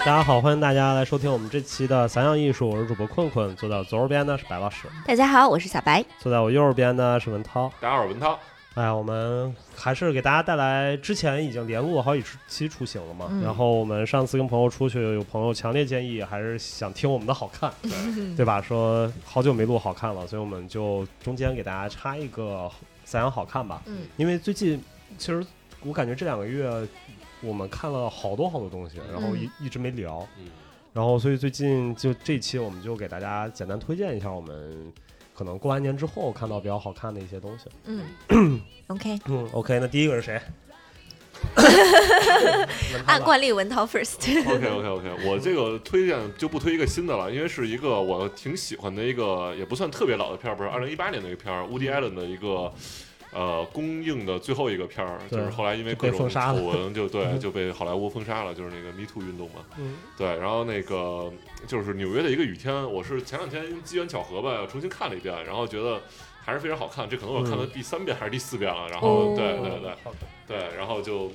大家好，欢迎大家来收听我们这期的散养艺术，我是主播困困，坐在我左手边呢是白老师，大家好，我是小白。坐在我右手边呢是文涛。打扰文涛，哎呀，我们还是给大家带来之前已经连录了好几期出行了嘛，嗯然后我们上次跟朋友出去，有朋友强烈建议还是想听我们的好 看，对吧？说好久没录好看了，所以我们就中间给大家插一个散养好看吧，嗯，因为最近其实我感觉这两个月我们看了好多好多东西，然后一、一直没聊，嗯，然后所以最近就这期我们就给大家简单推荐一下我们可能过完年之后看到比较好看的一些东西。嗯，OK，嗯，OK，那第一个是谁？文涛按吧惯例文涛 first。 OK OK OK，我这个推荐就不推一个新的了，因为是一个我挺喜欢的一个，也不算特别老的片儿，不是二零一八年的一个片儿，Woody Allen 的一个呃公映的最后一个片儿，对就是后来因为就被各种封杀丑了闻就对就被好莱坞封杀了，就是那个 Me Too 运动嘛。嗯对，然后那个就是纽约的一个雨天，我是前两天机缘巧合吧，重新看了一遍，然后觉得还是非常好看，这可能我看了第三遍还是第四遍了，然后哦对嗯对对。对，然后就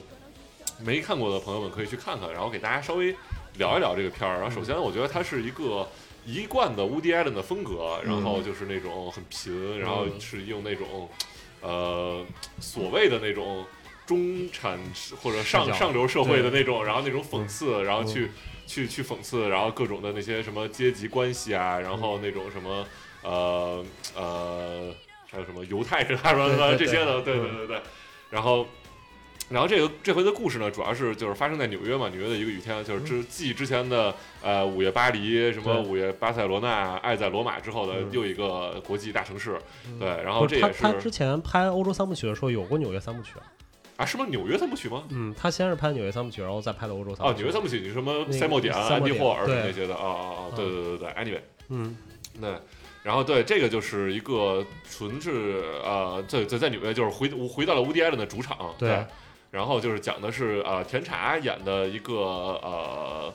没看过的朋友们可以去看看，然后给大家稍微聊一聊这个片儿。然后首嗯先，我觉得它是一个一贯的 Woody Allen 的风格，然嗯后就是那种很贫，然后是用那种呃所谓的那种中产或者视上角上流社会的对嗯那种，然后那种讽刺，然后去去去讽刺，然后各种的那些什么阶级关系啊，嗯然后那种什么呃呃还有什么犹太人啊什么什么对对对这些的，对嗯对对对，然后。然后这个这回的故事呢，主要是就是发生在纽约嘛，纽约的一个雨天，就是之继之前的呃午夜巴黎、什么嗯对午夜巴塞罗那、爱在罗马之后的嗯又一个国际大城市，嗯对，然后不哦这是他也是他之前拍欧洲三部曲的时候有过纽约三部曲啊，啊，是吗？纽约三部曲吗？嗯，他先是拍纽约三部曲，然后再拍的欧洲三哦部，曲。纽约三部曲，你什么那个塞莫迪安、塞安莫迪迪安霍尔对那些的啊啊啊，对对对对对，anyway，嗯，对，然后对这个就是一个纯是呃，在在在纽约就是回回到了乌迪艾伦的主场，对然后就是讲的是呃甜茶演的一个呃。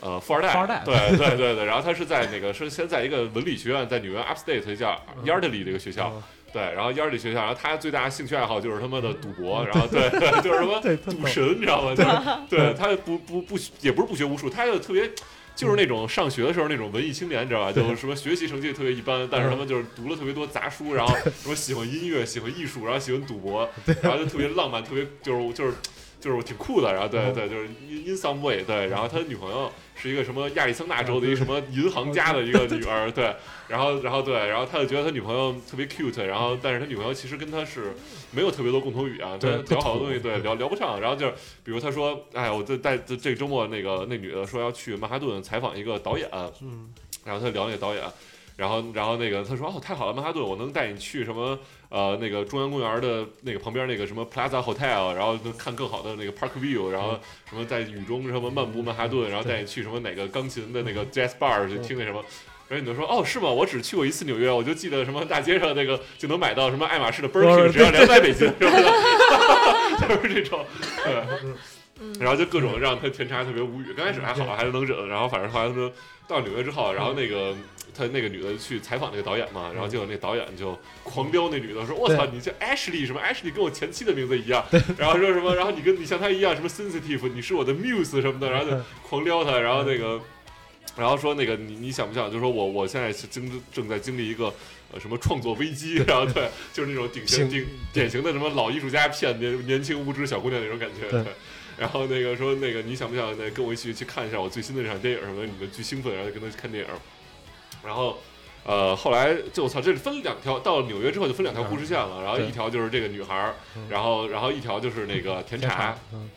呃，富二代，富二代对对对对，然后他是在那个是先在一个文理学院，在纽约 Upstate 叫 Yardley 这个学校，嗯对，然后 Yardley 学校，然后他最大的兴趣爱好就是他妈的赌博，然后对，就是什么对，他赌神，你知道吗？就是对他不不不学也不是不学无术，他就特别就是那种上学的时候那种文艺青年，你知道吧？对就是什么学习成绩特别一般，但是他们就是读了特别多杂书，然后什么喜欢音乐、喜欢艺术，然后喜欢赌博，然后就特别浪漫，特别就是就是。就是挺酷的，然后对嗯对，就是 in in some way 对，然后他女朋友是一个什么亚利桑那州的一个什么银行家的 一个女儿，对，然后然后对，然后他就觉得他女朋友特别 cute，然后但是他女朋友其实跟他是没有特别多共同语言，对对，聊好多东西不对聊聊不上，然后就是比如他说，哎，我这在这这周末那个那女的说要去曼哈顿采访一个导演，嗯，然后他聊那个导演，然后然后那个他说哦太好了，曼哈顿我能带你去什么呃那个中央公园的那个旁边那个什么 Plaza Hotel，然后能看更好的那个 Park View，然后什么在雨中什么漫步曼哈顿，然后带你去什么哪个钢琴的那个 Jazz Bar 去听那什么。然后你就说哦是吗？我只去过一次纽约，我就记得什么大街上那个就能买到什么爱马仕的 Birkin，只要两百美金，是吧？ 就是这种，对。然后就各种让他甜茶特别无语。刚开始还好，还能忍，然后反正后来他说到纽约之后，然后那个他那个女的去采访那个导演嘛，嗯然后结果那导演就狂撩那女的，说：“我操，你这 Ashley 什么 Ashley 跟我前妻的名字一样。”然后说什么，然后你跟你像她一样什么 sensitive，你是我的 muse 什么的，嗯然后就狂撩她，然后那个。然后说那个你你想不想？就说我我现在是经正在经历一个呃什么创作危机，然后对，就是那种典型行典典型的什么老艺术家骗年年轻无知小姑娘那种感觉。对对然后那个说那个你想不想那跟我一起去看一下我最新的这场电影什么的？你们巨兴奋，然后就跟他去看电影。然后呃后来就我操，这是分两条，到了纽约之后就分两条故事线了。然后对一条就是这个女孩儿嗯，然后然后一条就是那个甜茶，嗯，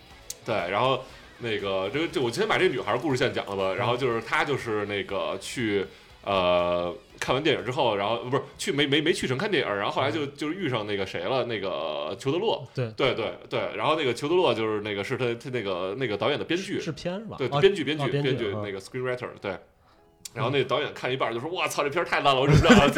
对，然后那个这个就我先把这女孩故事线讲了吧，然后就是她就是那个去呃看完电影之后，然后不是去没没没去成看电影，然后后来嗯就就是遇上那个谁了，那个裘德洛，对，对对对，然后那个裘德洛就是那个是他他那个那个导演的编剧，制片是吧？对，哦编剧编哦嗯剧编编剧嗯那个 screenwriter 对。然后那导演看一半就说：“我操，这片儿太烂了，我忍不了了。”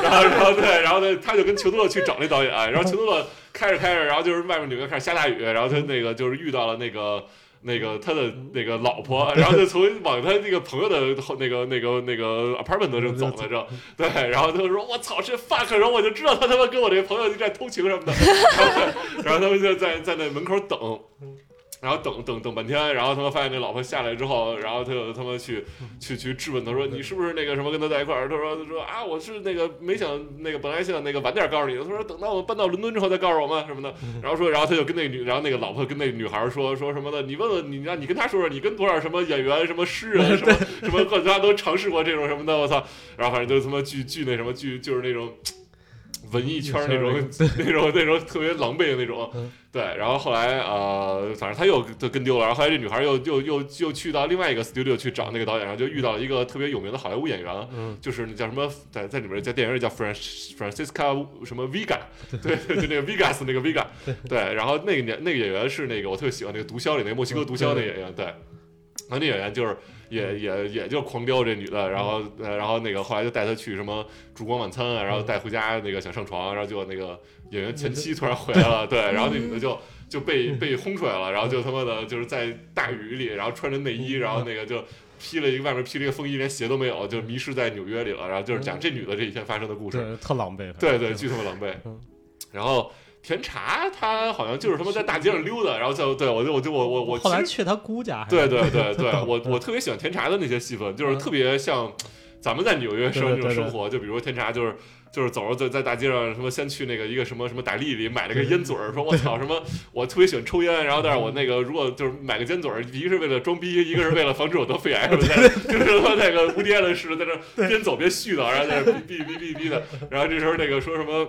然后，然后对，然后呢，他就跟裘德洛去找那导演，哎然后裘德洛开着开着，然后就是外面纽约开始下大雨，然后他那个就是遇到了那个那个他的嗯那个老婆，然后就从往他那个朋友的后那个那个那个 apartment 那正走来着，嗯对，然后他就说：“我操，这 fuck！” 然后我就知道他 他妈跟我这朋友就在偷情什么的，然后然后他们就在在那门口等。然后等等等半天，然后他妈发现那老婆下来之后，然后他就他妈去去去质问他说你是不是那个什么跟他在一块儿？他说他说啊我是那个没想那个本来想那个晚点告诉你的，他说等到我搬到伦敦之后再告诉我们什么的。然后说，然后他就跟那女，然后那个老婆跟那女孩说说什么的，你问问你让你跟他说说你跟多少什么演员什么诗人什么什么各家都尝试过这种什么的，我操！然后反正就是他妈巨巨那什么巨就是那种。文艺圈那种那种那种特别狼狈的那种，对，然后后来呃，反正他又就跟丢了，然后后来这女孩又又又又去到另外一个 studio 去找那个导演，然后就遇到了一个特别有名的好莱坞演员，嗯，就是那叫什么，在在里面叫电影里叫 Franc Francisca 什么 Vega，对， 对就那个 Vegas 那个 Vega，对，然后那个演那个演员是那个我特别喜欢那个毒枭里那个墨西哥毒枭那演员，嗯对，然后那演员就是也也也就狂飙这女的，然后呃然后那个后来就带她去什么烛光晚餐啊，然后带回家那个想上床，然后就那个演员前妻突然回来了，对，然后那女的就。就被被轰出来了，然后就他妈的就是在大雨里，然后穿着内衣，然后那个就披了一个外面披了一个风衣，连鞋都没有，就迷失在纽约里了。然后就是讲这女的这一天发生的故事，对，特狼狈，对对，巨他妈狼狈嗯。然后甜茶她好像就是他妈在大街上溜达，然后就对我就我就我我我后来其实去他姑家还，对对对对，嗯我我特别喜欢甜茶的那些戏份，就是嗯特别像咱们在纽约时候那对对种对生活，就比如甜茶就是。就是走着在在大街上，什么先去那个一个什么什么打利里买了个烟嘴儿，说我操什么，我特别喜欢抽烟，然后但嗯是我那个如果就是买个烟嘴儿，一个是为了装逼，一个是为了防止我得 肺癌什么的， 就是他妈那个无敌的似的，在那边走边絮叨，然后在那哔哔 哔哔哔的，然后这时候那个说什么。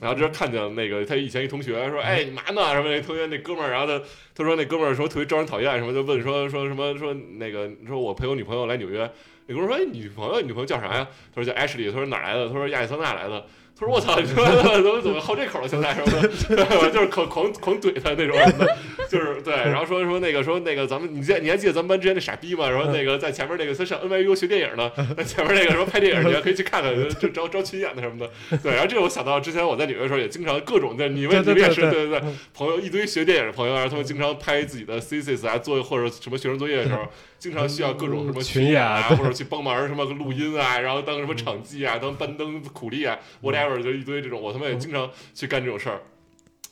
然后这时候看见那个他以前一同学说，哎，你嘛呢？什么那同学那哥们儿，然后他他说那哥们儿说特别招人讨厌，什么就问说说什么说那个说我陪我女朋友来纽约，那哥们儿说哎女朋友你女朋友叫啥呀？他说叫 Ashley，他说哪儿来的？他说亚利桑那来的。他说我操，你说怎么怎么好这口了？现在什么的， 就是狂狂狂怼他那种什么的，就是对。然后说说那个说那个咱们你记得你还记得咱们班之前那傻逼吗？然后那个在前面那个他上 NYU 学电影呢，在前面那个什么拍电影去，可以去看看，就招招群演的什么的。对，然后这个我想到之前我在纽约的时候也经常各种的，你们你对对们也对是对嗯对对，朋友一堆学电影的朋友，然后啊他们经常拍自己的 thesis 啊，作业或者什么学生作业的时候，经常需要各种什么群群演演啊，对或者去帮忙什么录音啊，然后当什么场记啊，当班灯苦力啊，whatever，就一堆这种，我他妈也经常去干这种事儿。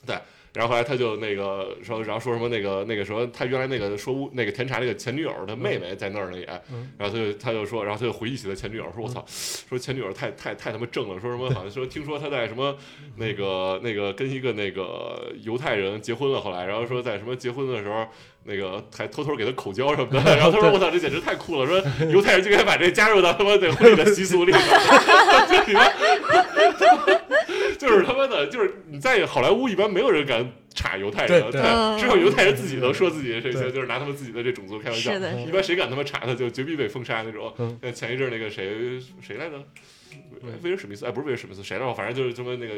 对，然后后来他就那个说，然后说什么那个那个什么，他原来那个说乌那个甜茶那个前女友他妹妹在那儿呢也，嗯然后他就他就说，然后他就回忆起他前女友，说我操，说前女友太太太他妈正了，说什么好像说听说他在什么那个那个跟一个那个犹太人结婚了，后来然后说在什么结婚的时候。那个还偷偷给他口交什么的，然后他说：“我操，这简直太酷了！说犹太人就该把这加入到他妈的婚礼的习俗里。”这里边 就是他妈的，就是你在好莱坞一般没有人敢插犹太人，对对嗯只有犹太人自己能说自己谁对就是拿他们自己的这种族开玩笑是。的，一是的，般谁敢他妈查他，就绝逼被封杀那种嗯。像前一阵那个谁谁来着，嗯威尔史密斯，哎，不是威尔史密斯，谁来着？反正就是他妈那个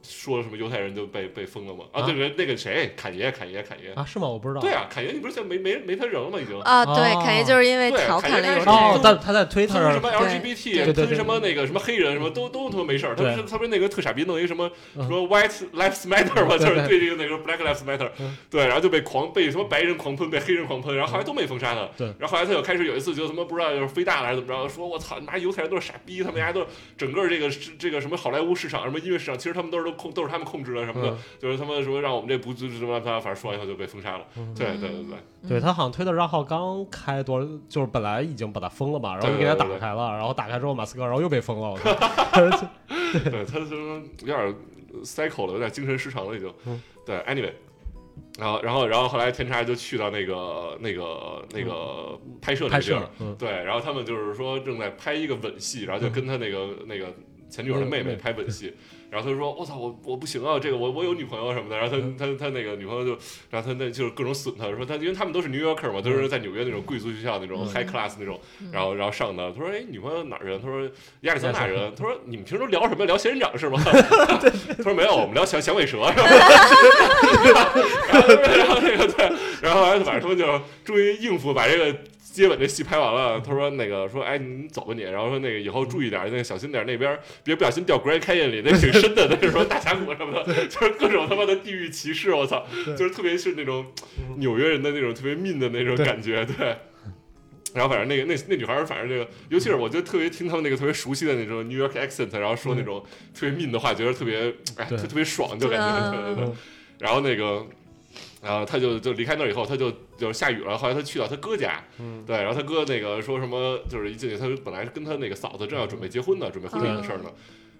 说什么犹太人就被被封了嘛。啊，啊对对，那个谁，侃爷，侃爷，侃爷，啊，是吗？我不知道，对啊，侃爷，你不是现在没没没他人了吗？已经。啊，对，哦凯爷就是因为对调凯侃爷了开有始哦人，，但他在推特喷上，什么对 LGBT，对对对喷什么那个什么黑人什么都都他妈没事儿，他对们他们那个特傻逼弄一个什么嗯什么 White Lives Matter 嘛，就对是对对这个那个 Black Lives Matter，嗯对，然后就被狂被什么白人狂喷，被黑人狂喷，然后后来都没封杀他，对然后后来他又开始有一次就他妈不知道就是飞大了还是怎么着，说我操，妈犹太人都是傻逼，他们家都是整个这个这个什么好莱坞市场什么音乐市场，其实他们都是都控都是他们控制的什么的嗯，就是他们什么让我们这不就是什么反正说完以后就被封杀了，嗯对对对对。对他好像推特账号刚开多少，就是本来已经把它封了嘛，然后对就给它打对对开了，然后打开之后马斯克，然后又被封了，我操， 对，他就是有点儿 psycho 了，有点精神失常了已经。嗯对，anyway，然后然后然后后来天差就去到那个那个那个拍摄那拍个地摄儿了，，嗯， 对，然后他们就是说正在拍一个吻戏，然后就跟他那个那个前女友的妹嗯妹拍吻戏，然后他说我操我我不行啊，这个我我有女朋友什么的，然后他嗯他他那个女朋友就，然后他那就是各种损他，说他因为他们都是 New Yorker 嘛，都嗯是在纽约那种贵族学校那种 high class 那种，然后然后上的，他说哎女朋友哪儿人？他说亚利桑那人，他说你们平时都聊什么？聊仙人掌是 吗？他说没有，我们聊响响尾蛇是吧？ 然后然后那个对，然后完了反正他们就终于应付把这个接吻这戏拍完了。他说那个说哎你走吧你，然后说那个以后注意点，那个小心点，那边别不小心掉 Grand Canyon 里，那挺深的，那是什么大峡谷什么的，就是各种他妈的地域歧视，我操，就是特别是那种纽约人的那种特别 mean 的那种感觉，嗯对。然后反正那个那那女孩儿，反正这个，尤其是我就特别听他们那个特别熟悉的那种 New York accent，然后说那种特别 mean 的话，觉得特别哎，嗯对特特别爽，就感觉对对对对。然后那个然后他就就离开那儿以后，他就就下雨了。后来他去到他哥家，嗯对，然后他哥那个说什么，就是一进去，他本来是跟他那个嫂子正要准备结婚呢，准备婚礼的事儿呢。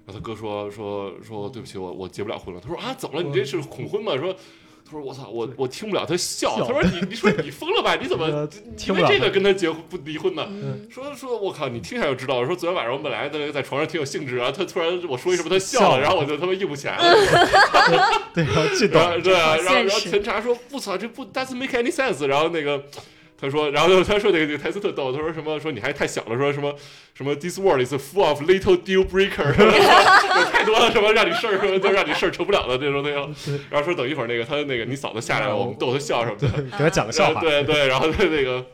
然后他哥说说说对不起，我我结不了婚了。他说啊，怎么了？你这是恐婚吗？说。他说：“我操，我我听不了他笑。”笑他说：“你你说你疯了吧？你怎么呃因听不为了这个跟他结婚不离婚呢？”嗯，说说，我靠！你听一下就知道。说昨天晚上我本来在在床上挺有兴致，然后他突然我说一什么，他笑笑了，了然后我就他妈硬不起来了。对，然后这然后段对啊，嗯这然好现后然后实陈查说：“我操，这不 doesn't make any sense。”然后那个他说，然后他说那个那个台词特逗，他说什么说你还太小了，说什么什么 this world is full of little deal breaker，有太多了什么让你事儿什么都让你事儿成不了的这种那种对。嗯然后说等一会儿那个他那个你嫂子下来了，我们逗他笑什么的。给他讲个笑话，呃对对，然后他那个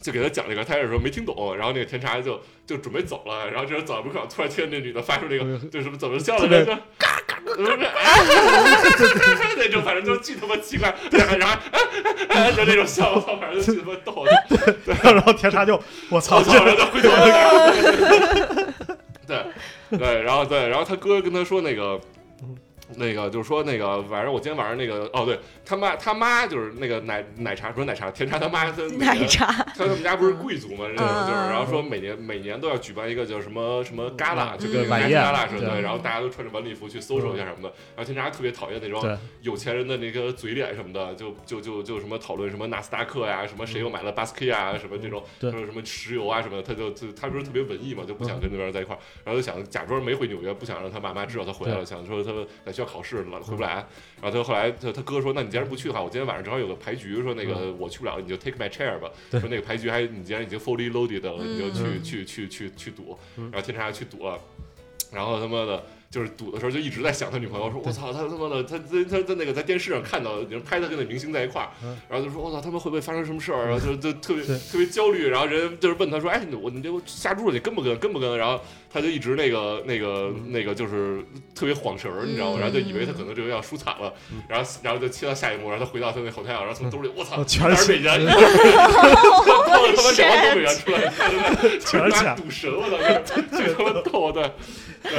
就给他讲这个，他也说没听懂，然后那个甜茶就就准备走了，然后这人走到门口，突然听见那女的发出那嗯个就是什么怎么笑了，那个哎 那种反正就巨他妈奇怪，然后然 后就那种笑，我操，反正就巨他妈逗， 然后甜茶就我操我这操，然后回头那个，对对，然后对，然后他哥跟他说那个。那个就是说，那个晚上我今天晚上那个哦，对他妈他妈就是那个奶奶茶不是奶茶甜茶他妈他奶 茶，他们家不是贵族嘛，那种就是，嗯然后说每年每年都要举办一个叫什么什么 gala，嗯就跟对南晚京宴 gala 似的，对然后大家都穿着晚礼服去搜索一下什么的。然后天查特别讨厌那种对有钱人的那个嘴脸什么的，就就就就什么讨论什么纳斯达克呀，什么谁又买了巴斯克呀，什么这种，嗯对嗯还有什么石油啊什么的，他就就他不是特别文艺嘛，就不想跟那边在一块儿，然后就想假装没回纽约，不想让他爸妈知道他回来了，想说他在学校考试了回嗯不来。然后他后来他他哥说，那你既然不去的话，我今天晚上正好有个牌局，说那嗯个我去不了，你就 take my chair 吧。说那个牌局还你既然已经 fully loaded 了，你就去嗯去去去去赌。嗯然后天查去赌了，然后他妈的。就是赌的时候就一直在想他女朋友，说我操，他他妈的，他他他他那个在电视上看到，人拍他跟那明星在一块儿，然后就说我操，他们会不会发生什么事儿？然后就就特别嗯对特别焦虑，然后人就是问他说，哎，你我你这下注了，你跟不跟？跟不跟？然后他就一直那个那个嗯那个就是特别晃神儿，你知道吗？嗯然后就以为他可能这个要输惨了，嗯然后然后就切到下一幕，然后他回到他那 hotel，然后从兜里我操，哦全是是美 元，掏了他妈两万多美元出来， 全是拿钱赌神，我操，这他妈逗的，对。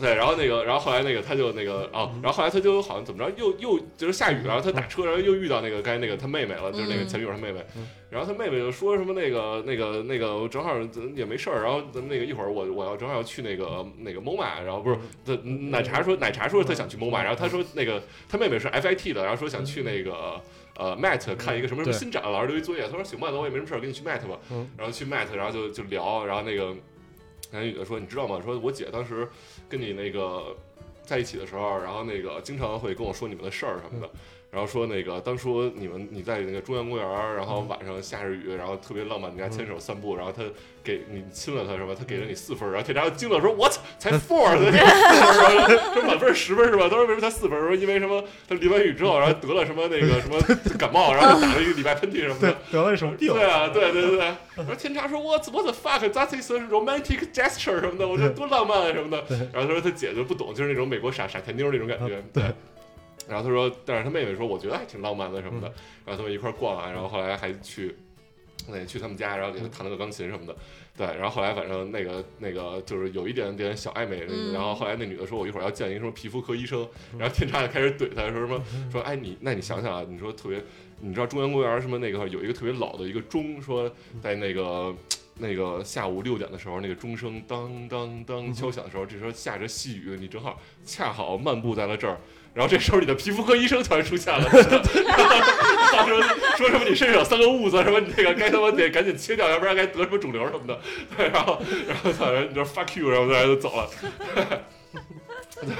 对，然后那个，然后后来那个，他就那个哦，然后后来他就好像怎么着，又又就是下雨，然后他打车，然后又遇到那个该那个他妹妹了，就是那个嗯前女友他妹妹嗯，然后他妹妹就说什么那个那个那个，我正好也没事儿，然后咱们那个一会儿我我要正好要去那个那个 MoMA，然后不是他奶茶说奶茶说他想去嗯 MoMA，然后他说那个他妹妹是 FIT 的，然后说想去那个。呃，Matt 看一个什么什对么新展，老师留一作业，他说行吧，那我也没什么事儿，跟你去 Matt 吧。嗯然后去 Matt，然后就就聊，然后那个男女的说，你知道吗？说我姐当时跟你那个在一起的时候，然后那个经常会跟我说你们的事儿什么的，然后说那个当初你们你在那个中央公园儿，然后晚上下着雨，然后特别浪漫，你们家牵手散步，然后他给你亲了他什么，他给了你四分儿，然后铁渣惊了说，我操，才 four，他这这满分儿十分儿是吧？他说为什么才四分儿？说因为什么？他淋完雨之后，然后得了什么那个什么感冒，然后打了一个礼拜喷嚏什么的对。得了什么病？对啊，对对对对。然后天茶说：“我 what the fuck，that is a romantic gesture 什么的，我说对多浪漫啊什么的对。”然后他说他姐就不懂，就是那种美国傻傻甜妞那种感觉啊。对。然后他说，但是他妹妹说，我觉得还挺浪漫的什嗯么的。然后他们一块儿逛啊，然后后来还去。那去他们家，然后给他弹了个钢琴什么的，对，然后后来反正那个那个就是有一点点小暧昧，嗯然后后来那女的说，我一会儿要见一个什么皮肤科医生，嗯然后天差就开始怼他，说什么说，哎你那你想想啊，你说特别，你知道中央公园什么那个有一个特别老的一个钟，说在那个。那个下午六点的时候，那个钟声当当当敲响的时候，这时候下着细雨，你正好恰好漫步在了这儿，然后这时候你的皮肤科医生突然出现了， 他说说什么你身上有三个痦子，什么你那个该他妈得赶紧切掉，要不然该得什么肿瘤什么的。对，然后然后反正你就 fuck you，然后然后就走了。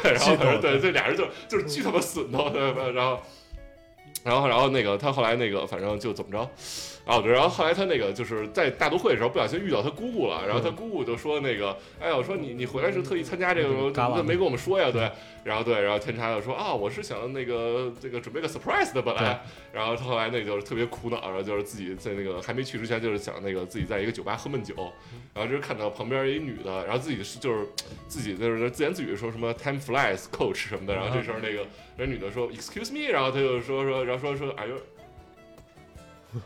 对，然后反正对这俩人就就是巨他妈损的，对，然后。然后，然后那个他后来那个，反正就怎么着，啊，然后后来他那个就是在大都会的时候不小心遇到他姑姑了，然后他姑姑就说那个，哎呀，我说你你回来是特意参加这个，嗯嘎啦那没跟我们说呀，对，然后对，然后天茶就说啊，我是想那个这个准备个 surprise 的本来，然后他后来那个就是特别苦恼，然后就是自己在那个还没去之前就是想那个自己在一个酒吧喝闷酒，嗯然后就是看到旁边一女的，然后自己是就是自己就是自言自语说什么 time flies coach 什么的，然后嗯这时候那个人女的说 excuse me，然后他就说说然后说说哎呦。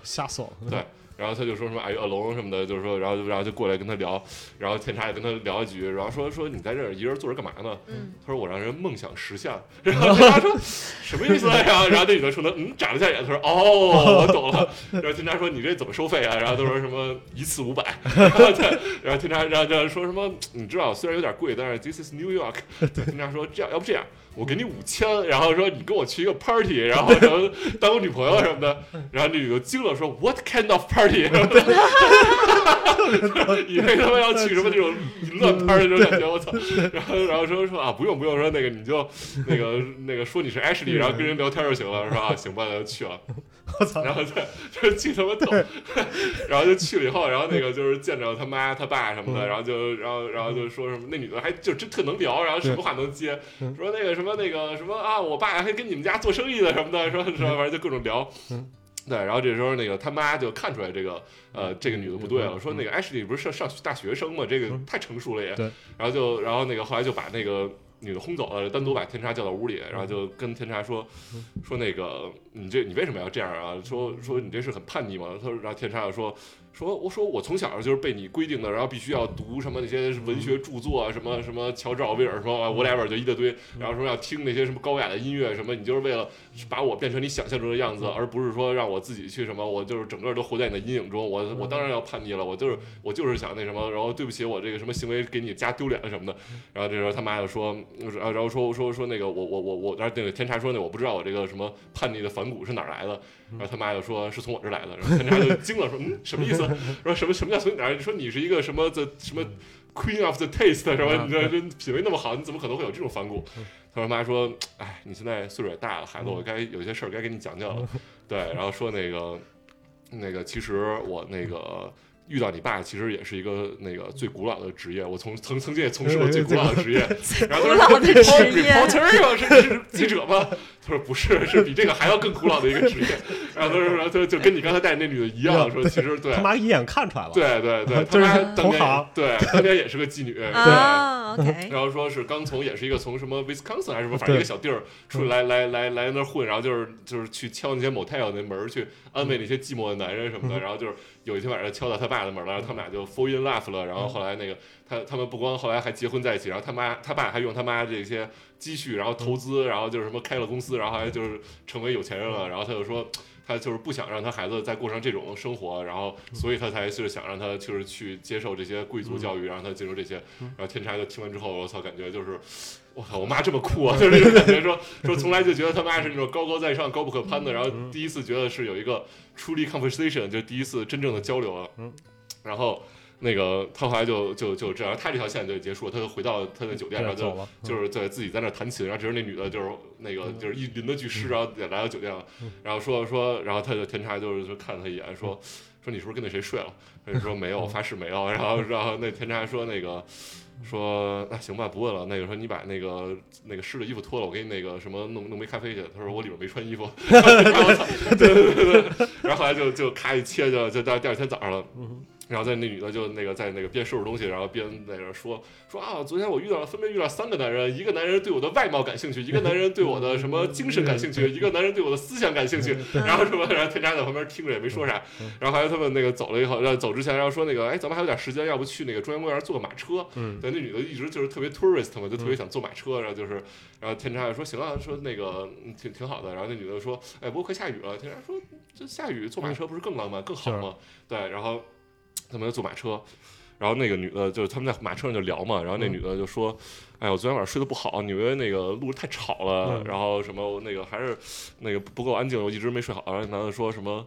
吓死我了！对，然后他就说什么 “Are you alone” 什么的，就是说，然后然后就过来跟他聊，然后天茶也跟他聊一局，然后说说你在这儿一个人坐着干嘛呢？嗯，他说我让人梦想实现了。然后天茶说什么意思啊？然后然后那女的说呢，嗯，眨了下眼，他说哦，我懂了。然后天茶说你这怎么收费啊？然后他说什么一次五百。然后他然后天茶然后然后说什么嗯你知道虽然有点贵，但是 this is New York。天茶说这样，要不这样。我给你五千，然后说你跟我去一个 party，然后什么当我女朋友什么的，然后那女的惊了说 What kind of party？以 为他们要去什么这种淫乱拍的那种感觉，我操！ 然后然后说说啊，不用不用，说那个你就那个那个说你是 Ashley，然后跟人聊天就行了，是吧？啊行吧，那就去了。我操，然后再就巨他妈逗， 然后就去了以后，然后那个就是见着他妈他爸什么的，然后就然后然后就说什么那女的还就真特能聊，然后什么话能接，说那个什么那个什么啊，我爸还跟你们家做生意的什么的，说什么反正就各种聊。对，然后这时候那个他妈就看出来这个呃这个女的不对了，说那个 Ashley 不是上上大学生嘛，这个太成熟了也对。然后就然后那个后来就把那个女的轰走了，单独把天茶叫到屋里，然后就跟天茶说说那个你这你为什么要这样啊？说说你这是很叛逆嘛？他说，然后天茶就说说我说我从小就是被你规定的，然后必须要读什么那些文学著作啊，什么什么乔治奥威尔说啊 whatever 就一大堆，然后说要听那些什么高雅的音乐什么，你就是为了把我变成你想象中的样子，而不是说让我自己去什么，我就是整个都活在你的阴影中，我我当然要叛逆了，我就是我就是想那什么，然后对不起我这个什么行为给你家丢脸了什么的，然后这时候他妈就说，然后然后说说说那个我我我我，然后那个天茶说那我不知道我这个什么叛逆的反骨是哪儿来的，然后他妈就说是从我这儿来的，然后天茶就惊了，说嗯什么意思？说什么什么叫从你哪儿来？说你是一个什么的什么 queen of the taste 什么？你这这品味那么好，你怎么可能会有这种反骨？他说妈说，哎，你现在岁数也大了，孩子，我该有些事儿该给你讲讲了。对，然后说那个那个，其实我那个。遇到你爸其实也是一个那个最古老的职业，我从曾曾经也从事过最古老的职业， 然后古他说老的职 r e 业 p，o 是是记者吗？他说不是，是比这个还要更古老的一个职业。然后他说，然后就就跟你刚才带那女的一样，说其实对他，妈一眼看出来了，对对对，他就是妈当同年行对当年也是个妓女，对。啊，OK，然后说是刚从也是一个从什么 Wisconsin 还是什么，反正对一个小地儿出来来来来那儿混，然后就是就是去敲那些 motel 那门儿去安慰那些寂寞的男人什么的，然后就是有一天晚上敲到他爸的门了，然后他们俩就 fall in love 了，然后后来那个他他们不光后来还结婚在一起，然后他妈他爸还用他妈这些积蓄，然后投资，然后就是什么开了公司，然后还就是成为有钱人了，然后他就说。他就是不想让他孩子再过上这种生活，然后所以他才是想让他就是去接受这些贵族教育，让他进入这些。然后天差就听完之后，我操，感觉就是，我靠，我妈这么酷啊，就是 那种感觉说，说从来就觉得他妈是那种高高在上、高不可攀的，然后第一次觉得是有一个 truly conversation，就是第一次真正的交流了。嗯然后那个他后来就就就这样，他这条线就结束了，他就回到他的酒店，然对，后就走了，嗯就是在自己在那儿弹琴，然后只是那女的，就是那个就是一淋的巨湿，然后也啊来到酒店了，嗯然后说说，然后他就天差就是就看了他一眼，说说你是不是跟那谁睡了？他就说没嗯有，我发誓没有。然后然后那天差说那个说那行吧，不问了。那个说你把那个那个湿的衣服脱了，我给你那个什么弄弄杯咖啡去。他说我里边没穿衣服。然后我操对对对对。然后后来就就咔一切就就到第二天早上了。然后在那女的就那个在那个边收拾东西，然后边在那儿说说啊，昨天我遇到了分别遇到三个男人，一个男人对我的外貌感兴趣，一个男人对我的什么精神感兴趣，一个男人对我的思想感兴趣，然后什么，然后天差在旁边听着也没说啥，然后还有他们那个走了以后，然后走之前，然后说那个哎，咱们还有点时间，要不去那个中央公园坐个马车？嗯对，那女的一直就是特别 tourist 嘛，就特别想坐马车，然后就是，然后天差说行啊，说那个嗯挺挺好的，然后那女的说哎，不过快下雨了，天差说这下雨坐马车不是更浪漫更好吗？对，然后他们就坐马车，然后那个女的就是他们在马车上就聊嘛，然后那女的就说：“哎，我昨天晚上睡得不好，纽约那个路太吵了，嗯然后什么我那个还是那个不够安静，我一直没睡好。”然后男的说什么？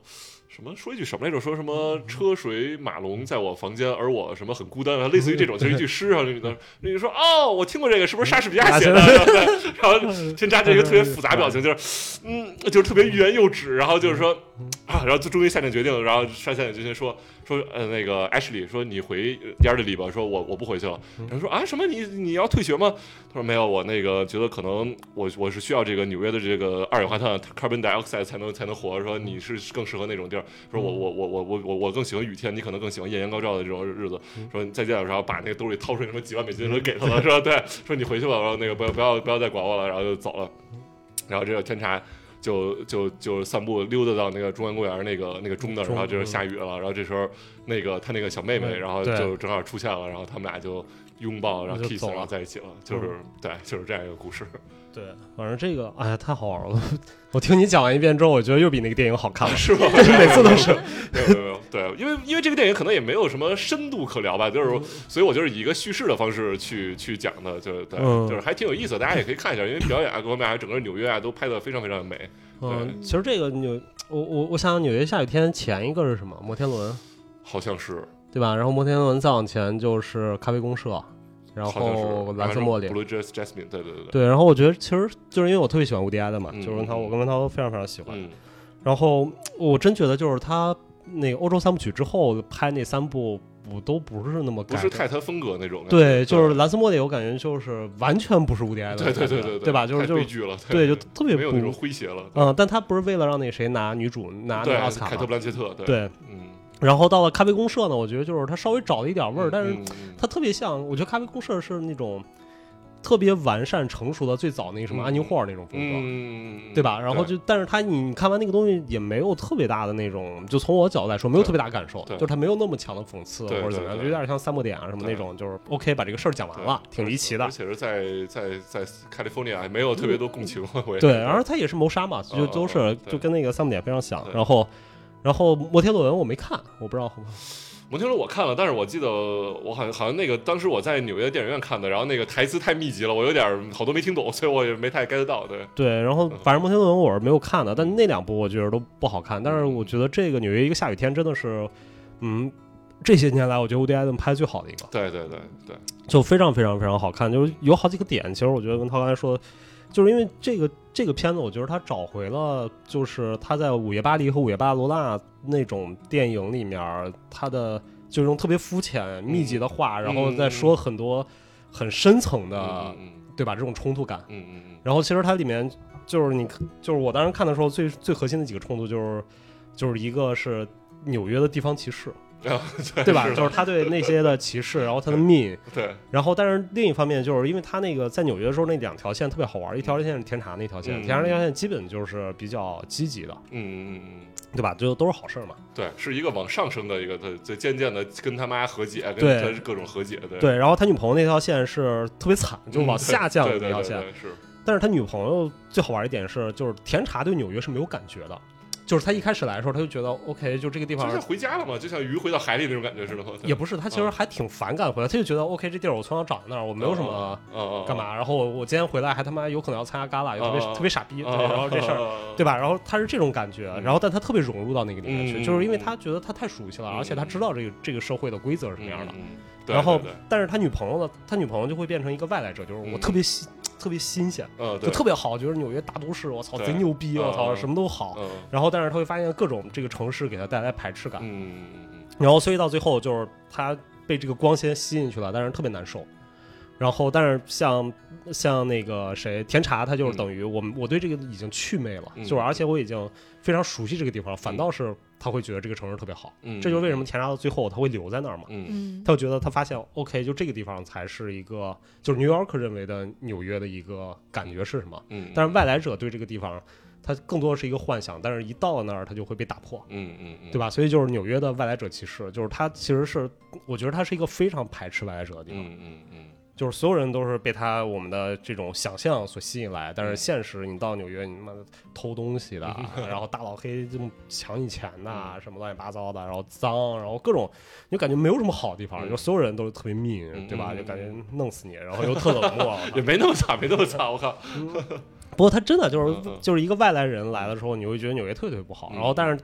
什么说一句什么来着？说什么车水马龙在我房间，而我什么很孤单，啊，类似于这种，就是一句诗啊。那女的，那女的说：“哦，我听过这个，是不是莎士比亚写的？”然后嗯 对然后天渣这一个特别复杂表情，就是嗯，就是特别欲言又止，然后就是说啊，然后就终于下定决定，然后下下定决心说说呃那个 Ashley 说你回亚德里吧，说我我不回去了。然后说啊什么你你要退学吗？他说没有，我那个觉得可能我我是需要这个纽约的这个二氧化碳 carbon dioxide 才能才能活。说你是更适合那种地儿。说嗯我我我我我我我更喜欢雨天，你可能更喜欢艳阳高照的这种日子。嗯说你再见的时候把那个兜里掏出什么几万美金都给他了，嗯说对，说你回去吧，然后那个不要不要不要再管我了，然后就走了。然后这个天茶就就就散步溜达到那个中央公园那个那个中的，中然后就是下雨了，然后这时候那个他那个小妹妹，嗯然后对就正好出现了，然后他们俩就拥抱，然后那就 kiss，走了然后在一起了，就是嗯对，就是这样一 个故事。。对，反正这个，哎呀，太好玩了！我听你讲完一遍之后，我觉得又比那个电影好看了 是吧？每次都是没有没有没有，对，因为因为这个电影可能也没有什么深度可聊吧，就是嗯说所以我就是以一个叙事的方式去去讲的，就是对，嗯就是还挺有意思的，大家也可以看一下，因为表演啊各方面还有整个纽约啊都拍的非常非常美。嗯，其实这个纽，我我我想想，纽约下雨天前一个是什么？摩天轮，好像是，对吧？然后摩天轮再往前就是咖啡公社，然好像后是蓝色茉莉。 ，Blue Jazz Jasmine，对对对对，对，然后我觉得其实就是因为我特别喜欢无敌爱的嘛，嗯就是文涛，我跟文涛非常非常喜欢。嗯，然后呃我真觉得就是他那个欧洲三部曲之后拍那三部，我都不是那么不改是的太他风格那种的，对，就是蓝色茉莉，我感觉就是完全不是无敌爱的感对觉，对对对对对，吧？就是太就悲是剧了，对，就特别没有不那种诙谐了，嗯，但他不是为了让那谁拿女主拿对那奥斯，卡凯特吗？布兰切特，对，对，嗯，然后到了咖啡公社呢，我觉得就是他稍微找了一点味儿，但是嗯嗯他特别像，我觉得咖啡公社是那种特别完善成熟的最早那个什么嗯安妮霍尔那种风格。嗯，对吧？然后就，但是他你看完那个东西也没有特别大的那种，就从我角度来说，没有对特别大感受，对就是他没有那么强的讽刺或对者对怎么样，对就有点像三幕点啊什么那对种，就是 OK 把这个事儿讲完对了，挺离奇的而。且是在在在 California 没有特别多共情，我也对，然 后他也是谋杀嘛，就嗯都嗯是嗯对就跟那个三幕点非常像。对然后，然后摩天轮我没看，我不知道 摩天轮我看了，但是我记得我好像好像那个当时我在纽约电影院看的，然后那个台词太密集了，我有点儿好多没听懂，所以我也没太 get 到。对，对，然后嗯反正摩天轮我是没有看的，但那两部我觉得都不好看。但是嗯我觉得这个纽约一个下雨天真的是，嗯，这些年来我觉得 Woody Allen 拍的最好的一个， 对对对对，就非常非常非常好看，就是有好几个点。其实我觉得文涛刚才说的，就是因为这个这个片子，我觉得他找回了就是他在《午夜巴黎》和《午夜巴罗那》那种电影里面他的就是用特别肤嗯浅密集的话，然后再说很多很深层的嗯，嗯对吧？这种冲突感。嗯嗯嗯然后其实它里面就是你就是我当时看的时候最最核心的几个冲突就是就是一个是纽约的地方歧视，嗯，啊对对吧？ 是的就是他对那些的歧视，然后他的 mean，对，嗯然后但是另一方面就是因为他那个在纽约的时候那两条线特别好玩，一条线是甜茶那条线，嗯甜茶那条线基本就是比较积极的，嗯嗯嗯嗯，对吧？就都是好事儿嘛。对，是一个往上升的一个，他在渐渐的跟他妈和解，对跟他各种和解，对对，对，然后他女朋友那条线是特别惨，就是往下降的对那条对对线。对是，但是他女朋友最好玩一点是，就是甜茶对纽约是没有感觉的，就是他一开始来的时候他就觉得 OK，就这个地方就是回家了嘛，就像鱼回到海里那种感觉似的嘛，对也不是，他其实还挺反感回来，他就觉得 OK，这地儿我从小长在那儿，我没有什么嗯嗯嗯干嘛，然后我我今天回来还他妈有可能要参加旮旯，又特别嗯嗯特别傻逼，对，嗯然后这事儿。儿对吧？然后他是这种感觉，嗯然后但他特别融入到那个里面去，嗯就是因为他觉得他太熟悉了，而且他知道这个这个社会的规则是嗯什么样的。然后，但是他女朋友呢，他女朋友就会变成一个外来者，就是我嗯特别新，特别新鲜，嗯，就对特别好，觉得纽约大都市，我操，对贼牛逼，我操，嗯嗯什么都好。嗯然后，但是他会发现各种这个城市给他带来排斥感，嗯然后所以到最后就是他被这个光鲜吸进去了，但是特别难受。然后，但是像像那个谁甜茶，他就是嗯等于我们、我对这个已经祛魅了，嗯就是而且我已经非常熟悉这个地方，反倒是他会觉得这个城市特别好。嗯，这就是为什么甜茶到最后他会留在那儿嘛，嗯嗯他就觉得他发现 OK，就这个地方才是一个就是 New York 认为的纽约的一个感觉是什么？嗯，但是外来者对这个地方，他更多的是一个幻想，但是一到了那儿他就会被打破。嗯嗯嗯，对吧？所以就是纽约的外来者歧视，就是它其实是，我觉得它是一个非常排斥外来者的地方，嗯嗯嗯就是所有人都是被它我们的这种想象所吸引来，但嗯是现实你到纽约，你他妈的偷东西 的，然后大老黑就抢你钱呐、嗯什么乱七八糟的，然后脏，然后各种，你就感觉没有什么好地方，嗯就所有人都是特别 mean，、嗯对吧？嗯就感觉弄死你，然后又特冷漠。我 嗯，操也没那么惨，没那么惨，我靠，不过他真的就是嗯嗯就是一个外来人来的时候，你会觉得纽约特别特别不好，嗯然后但是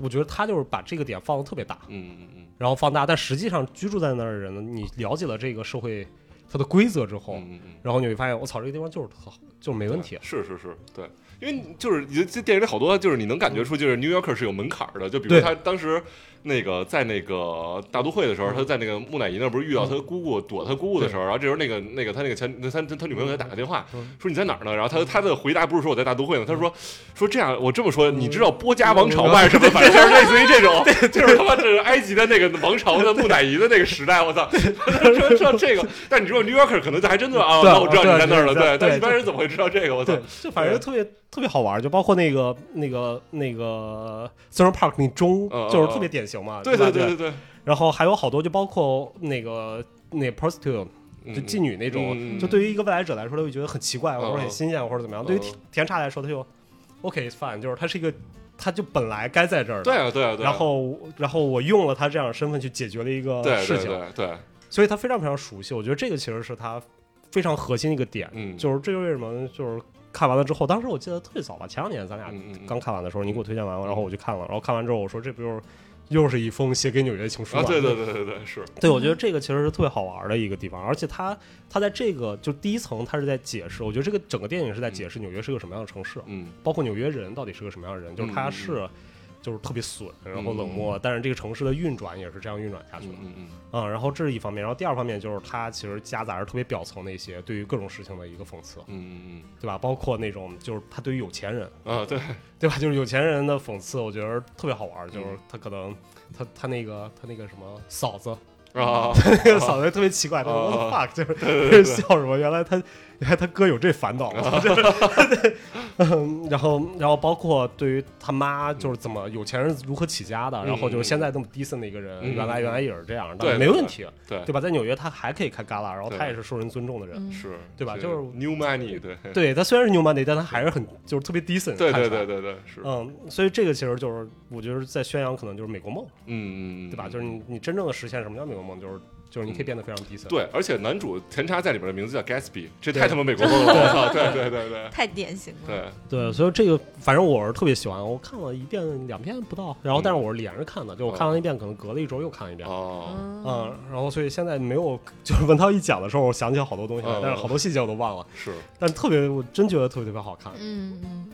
我觉得他就是把这个点放的特别大。嗯嗯嗯然后放大，但实际上居住在那儿的人呢，你了解了这个社会它的规则之后，嗯嗯。然后你会发现，我操，这个地方就是特好，就是没问题。啊是是是，对，因为你就是你这电影里好多，就是你能感觉出，就是 New Yorker 是有门槛儿的。就比如对他当时那个在那个大都会的时候，他在那个木乃伊那儿不是遇到他姑姑躲他姑姑的时候，然后这时候那个那个他那个前他他他女朋友给他打个电话嗯，说你在哪儿呢？然后他他的回答不是说我在大都会呢，他说说这样我这么说，你知道波嗯加王朝吗？还是什么？反正就是类似于这种， 就是他妈这是埃及的那个王朝的木乃伊的那个时代，我操！ 说说这个，但你如果 New Yorker 可能就还真的啊，对那我知道对你在那儿了，对对但对一般人怎么会知道这 个？我操对！，就反正特别特别好玩，就包括那个那个那个 Central Park 那钟嗯，就是嗯特别典型嘛。对吧对对对对，然后还有好多，就包括那个那 prostitute，嗯就妓女那嗯嗯种，嗯就对于一个未来者来说，他会觉得很奇怪，或者嗯很新鲜，或者怎么样。对于嗯甜甜茶来说，他就 OK it's fine，就是他是一个，他就本来该在这儿的。对啊对啊对啊，然后，然后我用了他这样的身份去解决了一个对事对情，对对，所以他非常非常熟悉。我觉得这个其实是他非常核心的一个点，嗯就是这就是为什么就是看完了之后，当时我记得特别早吧，前两年咱俩嗯嗯嗯刚看完的时候，你给我推荐完，然后我去看了，然后看完之后我说这不就是又是一封写给纽约的情书啊吗？对对对对对是，对，我觉得这个其实是特别好玩的一个地方，而且它它在这个就第一层，它是在解释，我觉得这个整个电影是在解释纽约是个什么样的城市，嗯包括纽约人到底是个什么样的人，就是他是就是特别损，然后冷漠，但是这个城市的运转也是这样运转下去嗯的嗯嗯。啊、然后这是一方面，然后第二方面就是它其实夹杂着特别表层的一些对于各种事情的一个讽刺，嗯对吧？包括那种就是他对于有钱人，嗯啊，对，对吧？就是有钱人的讽刺，我觉得特别好玩，就是嗯他可能他他那个他那个什么嫂子。 啊，那个嗓子特别奇怪，就是啊 what the fuck，就是笑什么？原来他原来他哥有这烦恼，啊就是 嗯然后然后包括对于他妈就是怎么有钱人如何起家的，然后就是现在这么 decent 的一个嗯人，原来嗯原来也是这样对的，没问题，对对吧？在纽约他还可以开旮旯，然后对他也是受人尊重的人。嗯是，对吧这就是 new money，对，对他虽然是 New Money，但他还是很就是特别 decent，对看对起来对。对对，是，嗯，所以这个其实就是我觉得在宣扬可能就是美国梦，嗯嗯，对吧？就是你你真正的实现什么叫美国梦，就是就是你可以变得非常 decent。对，而且男主甜茶在里面的名字叫 Gatsby，这对太他妈美国梦了，我操，对对对对太典型了。对，对，所以这个反正我是特别喜欢，我看了一遍两遍不到，然后嗯但是我是连着看的，就我看完一遍，可能隔了一周又看一遍。哦，嗯，然后所以现在没有，就是文涛一讲的时候，我想起好多东西来嗯，但是好多细节我都忘了。是，但是特别，我真觉得特别特别好看，嗯嗯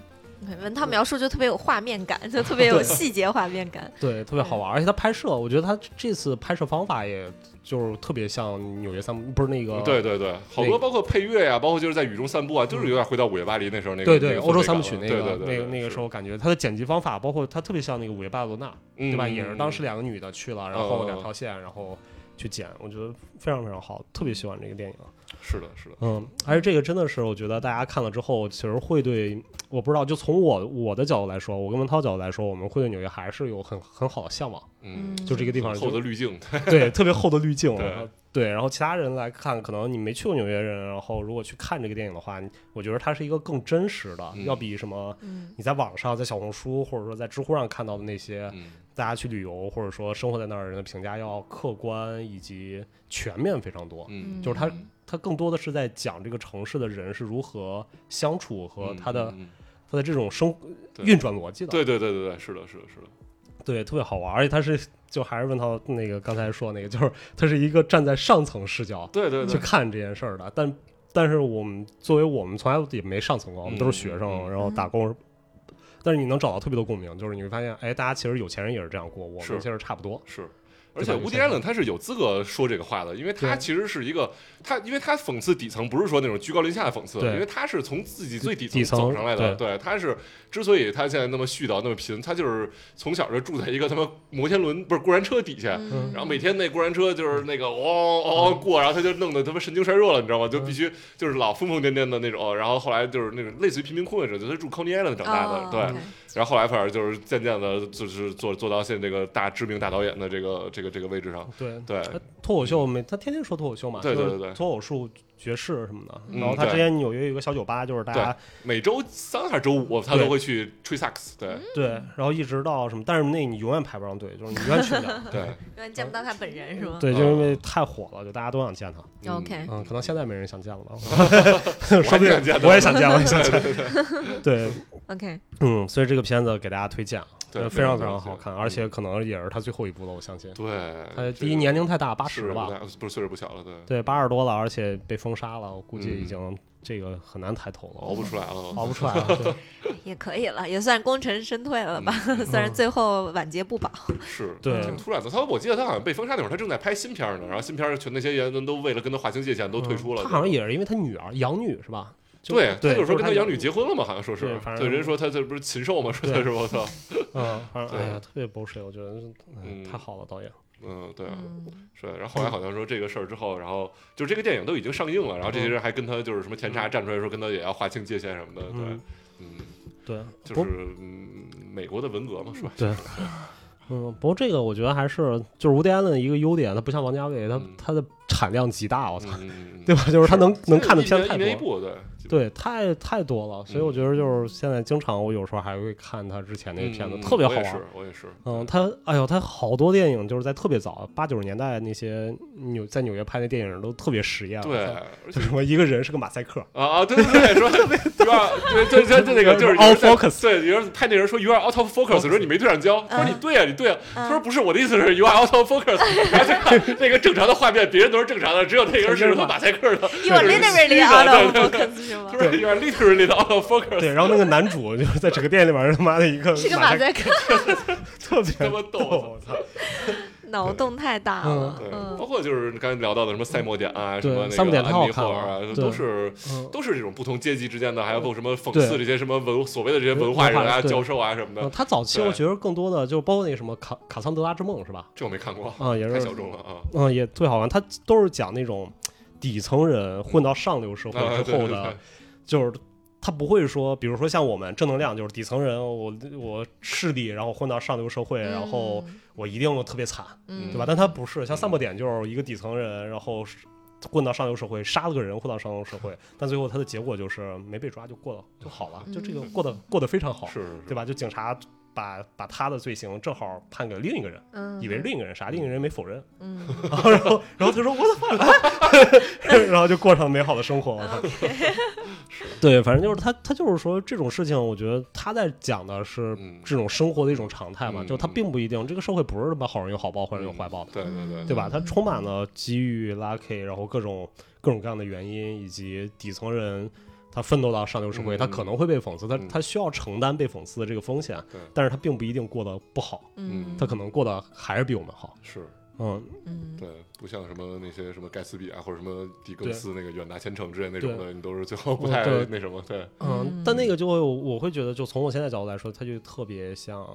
嗯，文涛描述就特别有画面 感，就特别有细节画面感。对，特别好玩。而且他拍摄，我觉得他这次拍摄方法也就是特别像纽约三，不是那个嗯对对对，好那多个包括配乐呀，包括就是在雨中散步啊，就是有点回到午夜巴黎那时候那个对对那个欧洲氛围三部感曲那了对个对那个那个时候，感觉他的剪辑方法，包括他特别像那个《午夜巴罗纳》，对对吧？嗯也是当时两个女的去了，然嗯嗯后嗯两条线，然后去剪，我觉得非常非常好，特别喜欢这个电影。是的是的，嗯，而且这个真的是，我觉得大家看了之后，其实会对，我不知道，就从我我的角度来说，我跟文涛角度来说，我们会对纽约还是有很很好的向往，嗯，就这个地方厚就的滤镜，对特别厚的滤镜，对然后对，然后其他人来看，可能你没去过纽约人，然后如果去看这个电影的话，你我觉得它是一个更真实的，嗯要比什么嗯你在网上、在小红书或者说在知乎上看到的那些嗯大家去旅游或者说生活在那儿的人的评价要客观以及全面非常多。嗯，就是他他更多的是在讲这个城市的人是如何相处和他的、嗯，嗯嗯他的这种生对运转逻辑的，对对对对对，是的是的是的，对特别好玩。而且他是就还是问涛那个刚才说那个，就是他是一个站在上层视角对对去对，看这件事儿的，但但是我们作为我们从来也没上层过，我们都是学生，嗯嗯嗯然后打工。但是你能找到特别多共鸣，就是你会发现，哎，大家其实有钱人也是这样过，我们是其实差不多。是。而对且吧乌有迪些安冷他是有资格说这个话的，因为他对其实是一个他，因为他讽刺底层不是说那种居高临下的讽刺，对因为他是从自己最底底层走上来的。对，他是之所以他现在那么絮叨那么贫，他就是从小就住在一个他妈摩天轮不是过山车底下，嗯然后每天那过山车就是那个哦哦过，然后他就弄得他妈神经衰弱了，你知道吗？就必须就是老疯疯癫癫的那种。然后后来就是那种类似于贫民窟那种，就他住 Coney Island 长大的，哦对。 ，OK 然后后来反正就是渐渐的，就是做做到现在这个大知名大导演的这个这个这个位置上。对，对，他脱口秀每他天天说脱口秀嘛，对对就是对对脱口秀爵士什么的。嗯然后他对之前纽约有一个小酒吧，就是大家每周三还是周五他都对会去吹萨克斯。对对，然后一直到什么，但是那你永远排不上队，就是你永远去不了。对 因为见不到他本人是吗？哦对，就因为太火了，就大家都想见他。嗯 OK 嗯，可 能现在没人想见了吧，我还说不定想见 他我也想见，我也想见。对， OK，嗯，所以这个片子给大家推荐啊，对，非常没非有常问题好看，而且可能也是他最后一部了，我相信。嗯对，他这第一个年龄太大，八岁数十不吧，大，不是岁数不小了，对，对，八十多了，而且被封杀了，我估计已嗯经这个很难抬头熬了，不出来了，熬不出来 了。对也可以了，也算功成身退了吧，嗯 虽然最后晚节不保。是，对挺突然的。他我记得他好像被封杀那会儿，他正在拍新片儿呢，然后新片儿全那些演员都为了跟他划清界限都退出了。嗯他好像也是因为他女儿养女是吧？就对，他对，有时候跟他他养女结婚了嘛，好像说是对，反正对，人说他这不是禽兽嘛，说他对是我操，嗯，反正哎对呀，特别 bullshit，我觉得是哎嗯太好了，导演。嗯，对啊，嗯，是。然后后来好像说这个事儿之后，然后就这个电影都已经上映了，然后这嗯些人还跟他就是什么甜茶站出来说跟他也要划清界限什么的，对嗯，嗯，对，就不是嗯美国的文革嘛，是吧？对嗯，不过这个我觉得还是就是吴迪安的一个优点，他不像王家卫，他嗯他的产量极大，我操，嗯，嗯嗯对吧？就是他能能看的一年片太多一年一了。部，嗯对，基本对，太太多了，所以我觉得就是现在经常我有时候还会看他之前那些片子，嗯特别我好也玩是。，我也是，嗯，他哎呦，他好多电影就是在特别早八九十年代那些纽在纽约拍的电影都特别实验，对，我操，而且 就什么一个人是个马赛克，啊啊，对对对，说 you are，对对对对，那个就是 All 有人在 focus 对，有人拍那人说 you are out of focus，说你没对上焦，他说嗯你对啊呀、你对呀、他说嗯不是，我的意思是 you are out of focus，然后就看那个正常的画面，别人都是正常的，只有那个人是什么马赛克的， ，You are 对 literally 是的 out of focus 是吗对他？说 you are literally out of focus，对，然后那个男主就是在整个店里面他妈的一个是个马马赛赛克，特别他妈逗我操，脑洞太大了对，。包嗯括就是刚才聊到的什么赛末点啊，什对么赛那末个点太好安妮霍尔啊看了，都对是 嗯，都是这种不同阶级之间的，还有什么讽对刺这些什么文所谓的这些文化文人化啊、对教授啊什么的呃，他早期对我觉得更多的就包括那个什么卡卡桑德拉之梦是吧？这我没看过，啊，也太是小众了啊。嗯，也特别好玩。他都是讲那种底层人混到上流社会啊，之对后对的，对，就是他不会说，比如说像我们正能量，就是底层人，我我势力，然后混到上流社会，然后我一定会特别惨，嗯，对吧？但他不是，像散播点就是一个底层人，然后是混到上流社会，杀了个人，混到上流社会，但最后他的结果就是没被抓就过了就好了，就这个嗯过得过得非常好，是是是对吧？就警察。把把他的罪行正好判给另一个人，嗯，以为另一个人杀，另一个人没否认，嗯， 然后然后然后他说我的妈，然后就过上美好的 生活。我操！嗯 对，反正就是他，他就是说这种事情，我觉得他在讲的是嗯这种生活的一种常态嘛，嗯就他并不一定这个社会不是他妈好人有好报，坏人有坏报的，对对对，对嗯吧？他充满了机遇、lucky，然后各种各种各样的原因，以及底层人。他奋斗到上流社会，嗯他可能会被讽刺，他嗯他需要承担被讽刺的这个风险对，但是他并不一定过得不好，嗯，他可能过得还是比我们好。是嗯，嗯，对，不像什么那些什么盖茨比啊，或者什么狄更对斯那个远大前程之类那种对的，你都是最后不嗯太对那什么，对，嗯，但那个就会我我会觉得，就从我现在角度来说，它就特别像，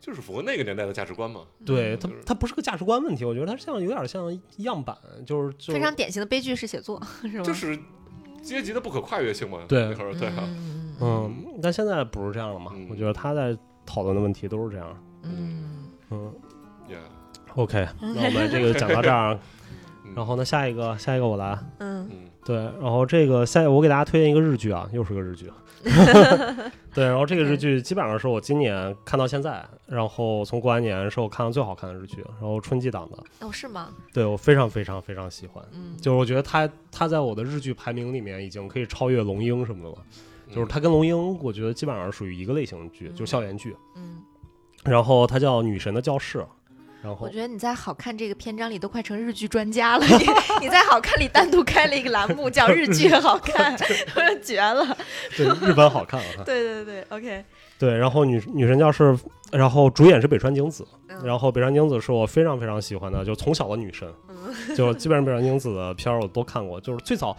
就是符合那个年代的价值观嘛。对嗯它就是它不是个价值观问题，我觉得它像有点像样板，就是就非常典型的悲剧式写作，是吗？就是阶级的不可跨越性嘛。对那会儿嗯对啊，嗯嗯，但现在不是这样了嘛嗯？我觉得他在讨论的问题都是这样。嗯嗯 yeah， ，OK，那我们这个讲到这儿，嗯然后呢，下一个下一个我来。嗯嗯对，然后这个下一个我给大家推荐一个日剧啊，又是个日剧。对，然后这个日剧基本上是我今年看到现在，然后从过完年是我看到最好看的日剧，然后春季档的，哦，是吗？对我非常非常非常喜欢。嗯，就是我觉得他他在我的日剧排名里面已经可以超越龙樱什么的了，就是嗯他跟龙樱，我觉得基本上属于一个类型的剧，嗯就是校园剧。嗯，然后它叫《女神的教室》，然我后觉得你在好看这个篇章里都快成日剧专家了。 你你在好看里单独开了一个栏目叫日剧好 看，我绝了。，对日本好看啊 对对对，OK。对，然后女女神教室，然后主演是北川景子，嗯然后北川景子是我非常非常喜欢的，就从小的女神，嗯就基本上北川景子的片儿我都看过，就是最早。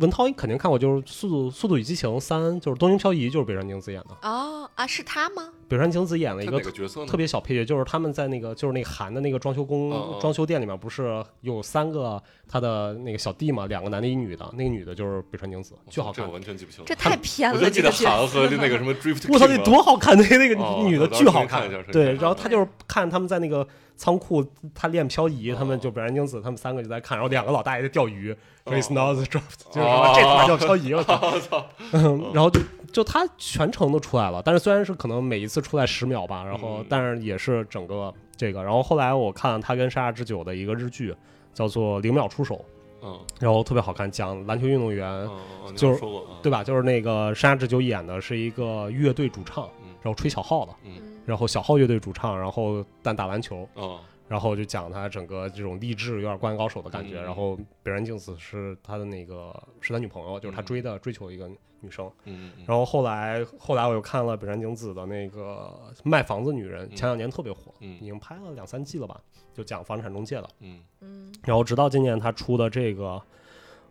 文涛你肯定看过，就是《速度速度与激情三》，就是东京漂移，就是北川景子演的。哦啊，是他吗？北川景子演了一他个哪个角色呢？特别小配角，就是他们在那个就是那个韩的那个装修工、嗯嗯装修店里面，不是有三个他的那个小弟嘛，两个男的，一女的，那个女的就是北川景子，我巨好这看我。完全记不清了，这太偏我了，就这记得个角韩和色那个 什么 drift，我操，那 King 啊多好看！ 那那哦个女的我到时巨候好看一看下是，对，看然后他就是看他们在那个仓库，他练漂移，他们就北川景子，他们三个就在看，然后两个老大爷在钓鱼哦，It's not the draft，就是说哦 这他妈叫漂移，我操！嗯然后就就他全程都出来了，但是虽然是可能每一次出来十秒吧，然后嗯但是也是整个这个，然后后来我看他跟《沙之九》的一个日剧，叫做《零秒出手》，嗯然后特别好看，讲篮球运动员，嗯嗯，就是说过啊，对吧？就是那个山下智久演的是一个乐队主唱，嗯然后吹小号的，嗯然后小号乐队主唱，然后但打篮球，嗯然后就讲他整个这种励志，有点灌篮高手的感觉。嗯然后北原景子是他的那个是他女朋友，就是他追的、追求一个女生。嗯嗯，然后后来后来我又看了北原景子的那个卖房子女人，嗯前两年特别火，嗯已经拍了两三季了吧，就讲房产中介的。嗯嗯然后直到今年他出的这个，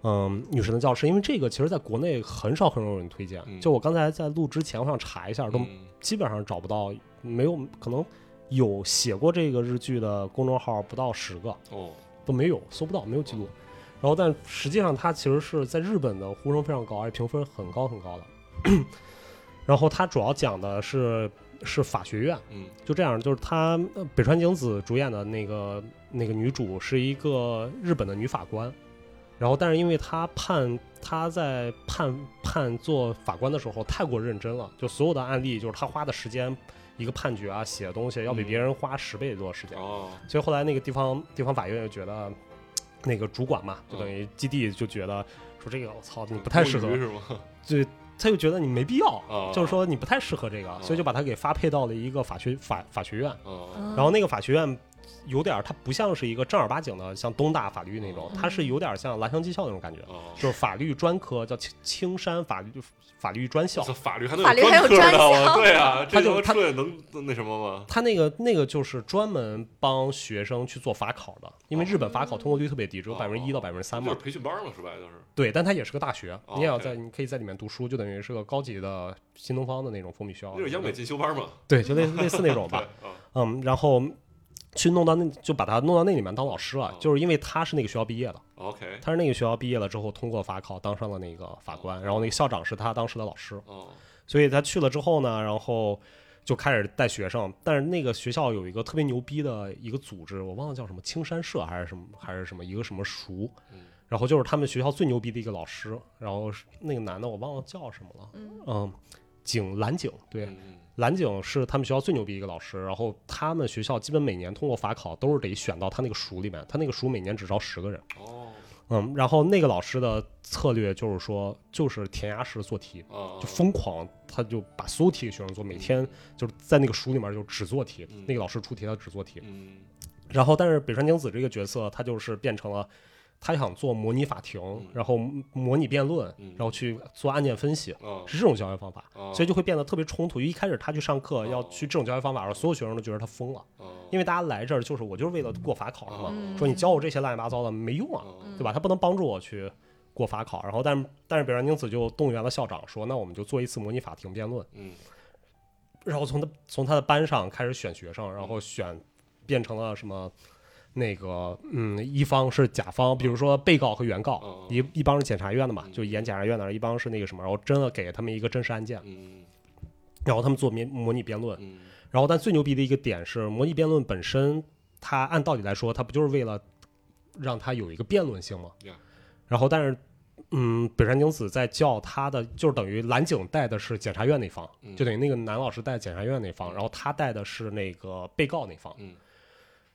嗯，女神的教室，因为这个其实在国内很少很少有人推荐。嗯就我刚才在录之前，我想查一下，都嗯基本上找不到，没有可能有写过这个日剧的公众号不到十个哦都没有，搜不到，没有记录。然后，但实际上它其实是在日本的呼声非常高，而且评分很高很高的。 然后它主要讲的是是法学院，嗯就这样，就是她呃北川景子主演的那个那个女主是一个日本的女法官，然后但是因为她判她在判判做法官的时候太过认真了，就所有的案例就是她花的时间，一个判决啊写的东西要比别人花十倍多时间，哦所以后来那个地方地方法院就觉得，那个主管嘛，就等于基地就觉得说这个我操嗯你不太适合哦多余，是吗？他就觉得你没必要，啊，就是说你不太适合这个哦，所以就把他给发配到了一个法学法法学院。 哦嗯然后那个法学院有点儿，它不像是一个正儿八经的像东大法律那种，嗯它是有点像蓝翔技校那种感觉，哦，就是法律专科叫青青山法律法律专校这。法律还能法律还有科专呢？我项 对啊，这 他就他妈他出来能那什么吗？它那个那个就是专门帮学生去做法考的，因为日本法考通过率特别低，只有哦百分之一到百分之三就嘛是。培训班嘛，说白了就是对，但它也是个大学，哦你也要 OK 在，你可以在里面读书，就等于是个高级的新东方的那种封闭学校。就是央美进修班嘛，对，就类 类似那种对哦吧。啊，嗯，然后去弄到那，就把他弄到那里面当老师了哦，就是因为他是那个学校毕业的。 OK，他是那个学校毕业了之后，通过法考当上了那个法官，然后那个校长是他当时的老师，哦所以他去了之后呢，然后就开始带学生。但是那个学校有一个特别牛逼的一个组织，我忘了叫什么青山社还是什么还是什么一个什么塾嗯，然后就是他们学校最牛逼的一个老师，然后是那个男的我忘了叫什么了，嗯嗯，景蓝景对。嗯蓝景是他们学校最牛逼一个老师，然后他们学校基本每年通过法考都是得选到他那个塾里面，他那个塾每年只招十个人，嗯哦嗯，然后那个老师的策略就是说，就是填鸭式做题，哦，就疯狂，他就把所有题给学生做，每天就是在那个书里面就只做题嗯，那个老师出题他只做题。嗯然后，但是北川景子这个角色，他就是变成了，他想做模拟法庭嗯，然后模拟辩论嗯，然后去做案件分析，哦是这种教学方法，哦所以就会变得特别冲突。一开始他去上课要哦去这种教学方法，然后所有学生都觉得他疯了，哦因为大家来这儿就是我就是为了过法考的嘛，嗯说你教我这些乱七八糟的没用啊。哦对吧？他不能帮助我去过法考，然后但但是北原景子就动员了校长说，那我们就做一次模拟法庭辩论，嗯然后从他从他的班上开始选学生，然后选变成了什么那个嗯，一方是甲方，比如说被告和原告，哦一一帮是检察院的嘛嗯，就演检察院的，一帮是那个什么，然后真的给他们一个真实案件，嗯然后他们做模模拟辩论，嗯然后但最牛逼的一个点是模拟辩论本身，它按道理来说，它不就是为了让它有一个辩论性吗 Yeah 然后但是，嗯，北山景子在叫他的，就是等于蓝景带的是检察院那方，嗯就等于那个男老师带检察院那方，嗯然后他带的是那个被告那方。嗯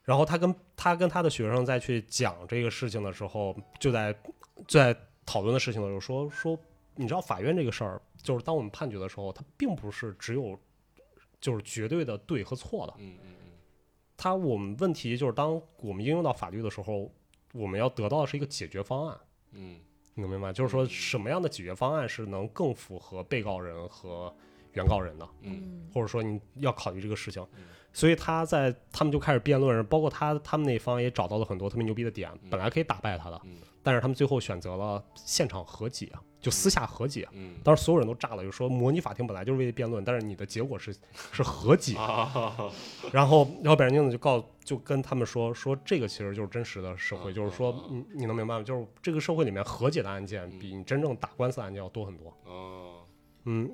然后他跟他跟他的学生再去讲这个事情的时候，就在就在讨论的事情的时候说说，你知道法院这个事儿，就是当我们判决的时候，它并不是只有就是绝对的对和错的。嗯嗯它我们问题就是当我们应用到法律的时候，我们要得到的是一个解决方案，嗯你能明白吗？就是说嗯什么样的解决方案是能更符合被告人和原告人的，嗯或者说你要考虑这个事情嗯。所以他在他们就开始辩论，包括他他们那方也找到了很多特别牛逼的点嗯，本来可以打败他的，嗯但是他们最后选择了现场和解，就私下和解。嗯当时所有人都炸了，就说模拟法庭本来就是为了辩论，但是你的结果是是和解，啊然后，然后北人镜子就告就跟他们说说这个其实就是真实的社会，嗯就是说嗯你你能明白吗？就是这个社会里面和解的案件嗯比你真正打官司的案件要多很多。哦嗯，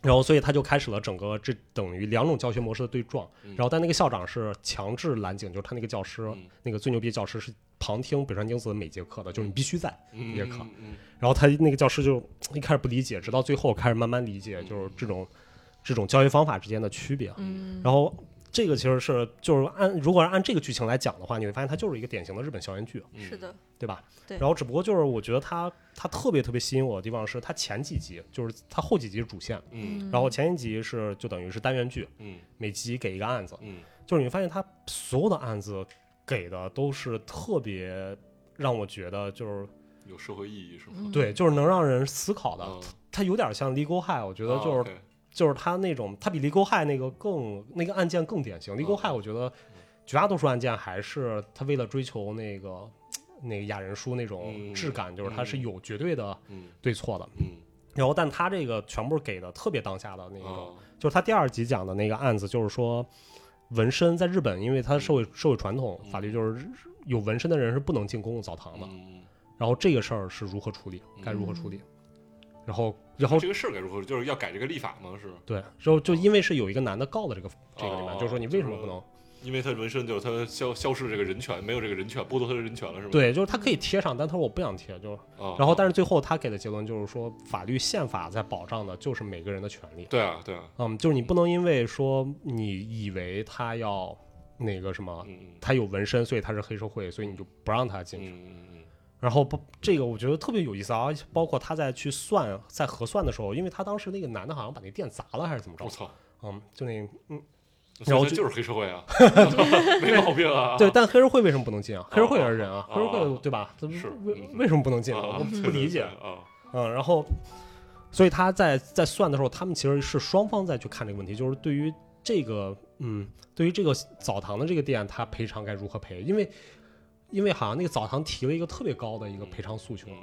然后所以他就开始了整个这等于两种教学模式的对撞。嗯然后但那个校长是强制蓝景，就是他那个教师，嗯那个最牛逼的教师是旁听北川景子的每节课的，就是你必须在。嗯也可嗯然后他那个教师就一开始不理解，直到最后开始慢慢理解，就是这种这种教学方法之间的区别。嗯然后这个其实是就是按如果是按这个剧情来讲的话，你会发现它就是一个典型的日本校园剧，嗯是，的，对吧？对然后只不过就是我觉得它它特别特别吸引我的地方是它前几集就是它后几集是主线，嗯然后前一集是就等于是单元剧，嗯每集给一个案子，嗯就是你发现他所有的案子给的都是特别让我觉得就是有社会意义是吗？嗯对，就是能让人思考的。嗯它有点像《Legal High》，我觉得哦就是、啊，OK 就是它那种，它比《Legal High》那个更那个案件更典型。Legal 嗯 High》我觉得绝大多数案件还是他为了追求那个那个雅人书那种嗯质感，就是它是嗯有绝对的嗯对错的。嗯然后，但他这个全部给的特别当下的那个。啊就是他第二集讲的那个案子，就是说纹身在日本，因为他社会社会传统嗯法律就是有纹身的人是不能进公共澡堂的。嗯，然后这个事儿是如何处理，嗯该如何处理？然后，然后这个事儿该如何？就是要改这个立法吗？是对，然后就因为是有一个男的告的这个这个里面，哦就是说你为什么不能？因为他纹身就是他消消失了这个人权，没有这个人权，剥夺他的人权了是吗？对，就是他可以贴上，但他说我不想贴，就是。啊，然后，但是最后他给的结论就是说，法律宪法在保障的就是每个人的权利。对啊对啊，嗯，就是你不能因为说你以为他要那个什么，嗯嗯他有纹身，所以他是黑社会，所以你就不让他进去。嗯嗯然后不，这个我觉得特别有意思啊，包括他在去算在核算的时候，因为他当时那个男的好像把那店砸了还是怎么嗯，着我，操，嗯，就那嗯，所然后以他就就是黑社会啊，没毛病啊，对，但黑社会为什么不能进啊？啊黑社会也是人啊，黑啊社会啊对吧？怎么是为嗯为什么不能进啊？啊，我对不理解对，对啊，嗯，然后，所以他在在算的时候，他们其实是双方在去看这个问题，就是对于这个嗯，对于这个澡堂的这个店，他赔偿该如何赔？因为因为好像那个澡堂提了一个特别高的一个赔偿诉求，嗯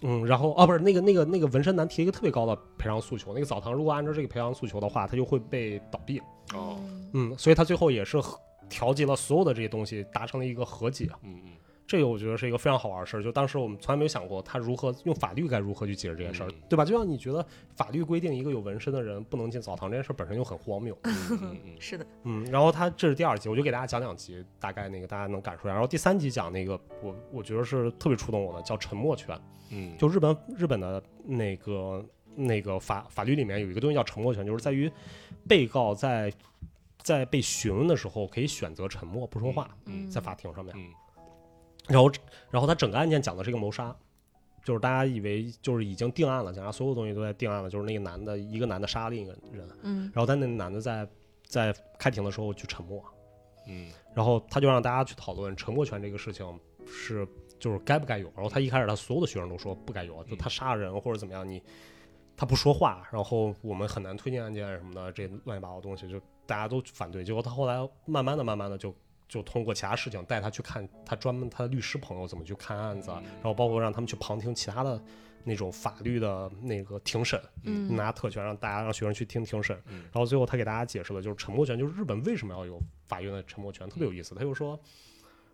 嗯嗯，然后啊，不是那个那个那个纹身男提了一个特别高的赔偿诉求，那个澡堂如果按照这个赔偿诉求的话，他就会被倒闭。哦嗯，所以他最后也是和调集了所有的这些东西，达成了一个和解。啊嗯嗯，这个我觉得是一个非常好玩的事儿，就当时我们从来没有想过他如何用法律该如何去解释这件事儿嗯，对吧？就像你觉得法律规定一个有纹身的人不能进澡堂这件事儿本身就很荒谬，嗯嗯嗯是的，嗯，然后他这是第二集，我就给大家讲两集，大概那个大家能感受一下。然后第三集讲那个我我觉得是特别触动我的，叫沉默权。嗯，就日本日本的那个那个法法律里面有一个东西叫沉默权，就是在于被告在在被询问的时候可以选择沉默不说话，嗯在法庭上面。嗯然后然后他整个案件讲的是一个谋杀，就是大家以为就是已经定案了，讲他所有东西都在定案了，就是那个男的一个男的杀了另一个人，嗯然后但那个男的在在开庭的时候就沉默，嗯然后他就让大家去讨论沉默权这个事情是就是该不该有。然后他一开始他所有的学生都说不该有，就他杀人或者怎么样，你他不说话，然后我们很难推进案件什么的，这乱七八糟的东西就大家都反对。结果他后来慢慢的、慢慢的就就通过其他事情带他去看他专门他的律师朋友怎么去看案子啊，然后包括让他们去旁听其他的那种法律的那个庭审，嗯拿特权让大家让学生去听庭审，嗯然后最后他给大家解释了，就是沉默权，就是日本为什么要有法院的沉默权，特别有意思。他就说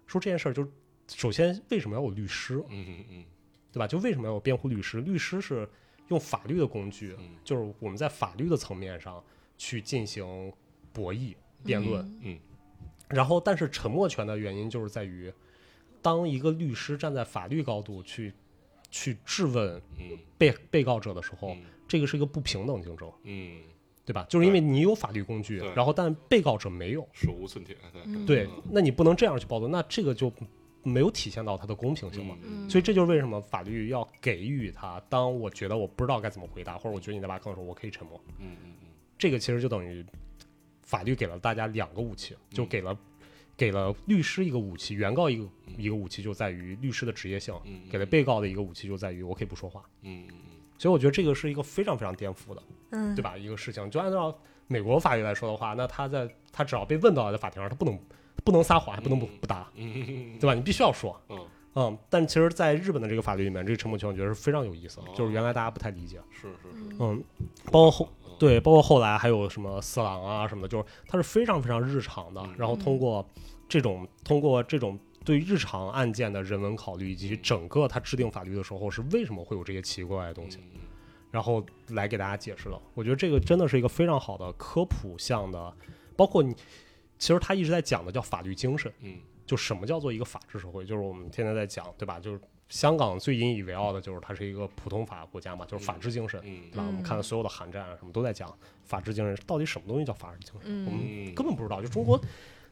说这件事儿，就是首先为什么要有律师，嗯嗯对吧？就为什么要有辩护律师？律师是用法律的工具，嗯就是我们在法律的层面上去进行博弈、辩论。嗯然后，但是沉默权的原因就是在于，当一个律师站在法律高度去去质问嗯被被告者的时候，嗯这个是一个不平等竞争。嗯，对吧？就是因对为你有法律工具对，然后但被告者没有，手无寸铁，对对，那你不能这样去报道，那这个就没有体现到它的公平性嘛。嗯所以这就是为什么法律要给予他，当我觉得我不知道该怎么回答，或者我觉得你在挖坑的时候，我可以沉默。嗯嗯嗯这个其实就等于法律给了大家两个武器，嗯就给了给了律师一个武器，原告一个一个武器就在于律师的职业性，嗯，给了被告的一个武器就在于我可以不说话。嗯嗯所以我觉得这个是一个非常非常颠覆的。嗯对吧？一个事情，就按照美国法律来说的话，那他在他只要被问到在法庭上，他不能不能撒谎，还不能不嗯不答，嗯嗯对吧？你必须要说，嗯，嗯。但其实，在日本的这个法律里面，这个沉默权我觉得是非常有意思的哦，就是原来大家不太理解，是是是，嗯嗯，包括后对，包括后来还有什么四郎啊什么的，就是它是非常非常日常的嗯，然后通过这种通过这种。对日常案件的人文考虑，以及整个他制定法律的时候是为什么会有这些奇怪的东嗯西，然后来给大家解释了。我觉得这个真的是一个非常好的科普项的，包括你，其实他一直在讲的叫法律精神，嗯就就什么叫做一个法治社会，就是我们天天在讲，对吧？就是香港最引以为傲的就是它是一个普通法国家嘛，就是法治精神，嗯对吧？我们看所有的韩战啊什么都在讲法治精神，到底什么东西叫法治精神，我们嗯，根本不知道。就中国，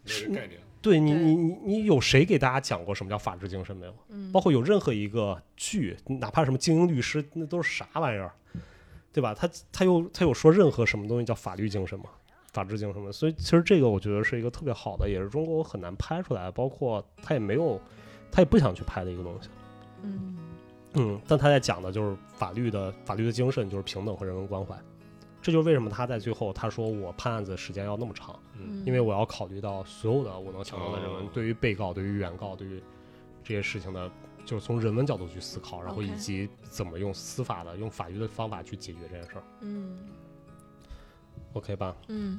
没这概念，对你对你你你有谁给大家讲过什么叫法治精神没有？包括有任何一个剧，哪怕什么《精英律师》，那都是啥玩意儿，对吧？他他有他有说任何什么东西叫法律精神吗？法治精神吗？所以其实这个我觉得是一个特别好的，也是中国很难拍出来，包括他也没有，他也不想去拍的一个东西。嗯嗯，但他在讲的就是法律的法律的精神，就是平等和人文关怀。这就是为什么他在最后他说我判案子时间要那么长，嗯，因为我要考虑到所有的我能想到的人文哦，对于被告、对于原告、对于这些事情的，就是从人文角度去思考，然后 OK 以及怎么用司法的、用法律的方法去解决这件事儿。嗯 OK 吧？嗯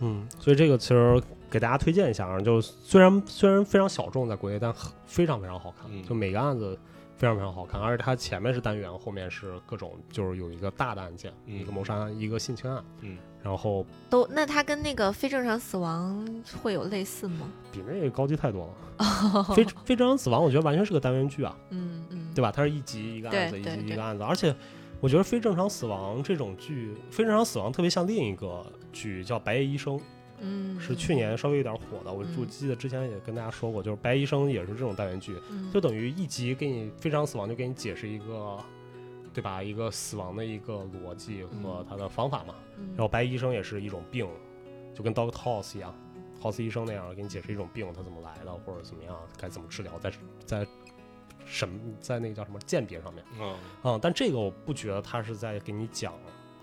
嗯，所以这个其实给大家推荐一下啊，就虽然虽然非常小众，在国内，但很非常非常好看，嗯就每个案子非常非常好看，而且它前面是单元，后面是各种，就是有一个大的案件，嗯一个谋杀案，一个性侵案，嗯，然后都那它跟那个非正常死亡会有类似吗？比那个高级太多了。 非非正常死亡，我觉得完全是个单元剧啊，嗯嗯，对吧？它是一集一个案子，对一对集一对个案子，而且我觉得《非正常死亡》这种剧，《非正常死亡》特别像另一个剧叫《白夜医生》，嗯，是去年稍微有点火的。我嗯就记得之前也跟大家说过，就是《白夜医生》也是这种单元剧，嗯就等于一集给你《非常死亡》就给你解释一个，对吧？一个死亡的一个逻辑和嗯它的方法嘛。然后白医生也是一种病，就跟 Doctor House 一样，House 医生那样给你解释一种病它怎么来的，或者怎么样该怎么治疗，在在什么在那个叫什么鉴别上面 嗯啊、嗯但这个我不觉得他是在给你讲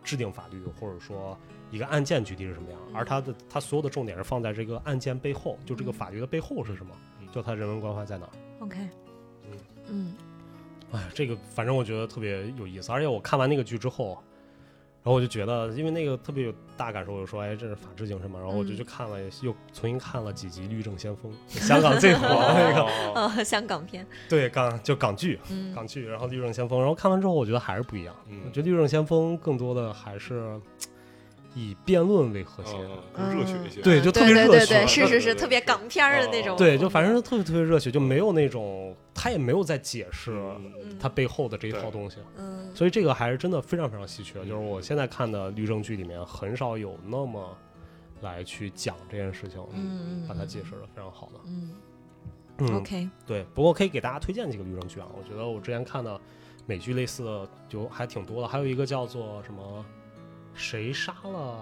制定法律，或者说一个案件具体是什么样，嗯而他的他所有的重点是放在这个案件背后，就这个嗯法律的背后是什么，嗯就他人文关怀在哪儿。 OK，嗯哎，这个反正我觉得特别有意思，而且我看完那个剧之后，然后我就觉得，因为那个特别有大感受，我就说，哎，这是法治精神嘛。然后我就嗯去看了，又重新看了几集《律政先锋》， 香港最火的那个，哦哦，香港片， 对港就港剧，嗯港剧，然后《律政先锋》，然后看完之后，我觉得还是不一样。嗯我觉得《律政先锋》更多的还是以辩论为核心，嗯更热血一些，对就特别热对对血对，是对是是，对特别对港片儿的那哦种。对，就反正特别特别热血，就没有那种他也没有在解释嗯他背后的这一对套东西。嗯所以这个还是真的非常非常稀缺。就是我现在看的律政剧里面，很少有那么来去讲这件事情，嗯嗯，把它解释的非常好的。嗯嗯，OK，对。不过可以给大家推荐几个律政剧啊，我觉得我之前看的美剧类似的就还挺多的，还有一个叫做什么“谁杀了”。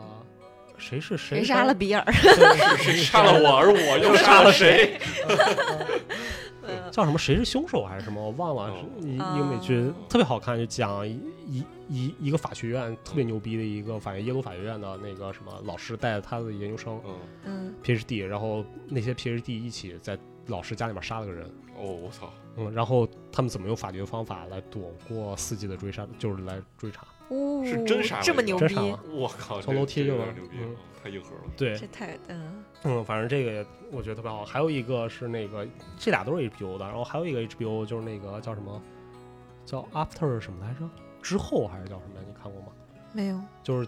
谁是谁谁杀 了比尔？对谁杀了我，而我又杀了谁？嗯 叫什么？谁是凶手还是什么？我忘了。哦是一一个美剧哦特别好看，就讲一一一一个法学院特别牛逼的一个法学耶鲁法学院的那个什么老师带着他的研究生嗯，嗯 PhD，然后那些 PhD 一起在老师家里面杀了个人。哦，我操，嗯，然后他们怎么用法律的方法来躲过四季的追杀，就是来追查。呜，是真杀了这么一个牛真逼杀，了我靠，从楼梯这就个有往点牛逼嗯，太硬核了。对，这太嗯嗯，反正这个也我觉得特别好。还有一个是那个，这俩都是 HBO 的，然后还有一个 HBO 就是那个叫什么，叫 After 什么来着？之后还是叫什么呀？你看过吗？没有，就是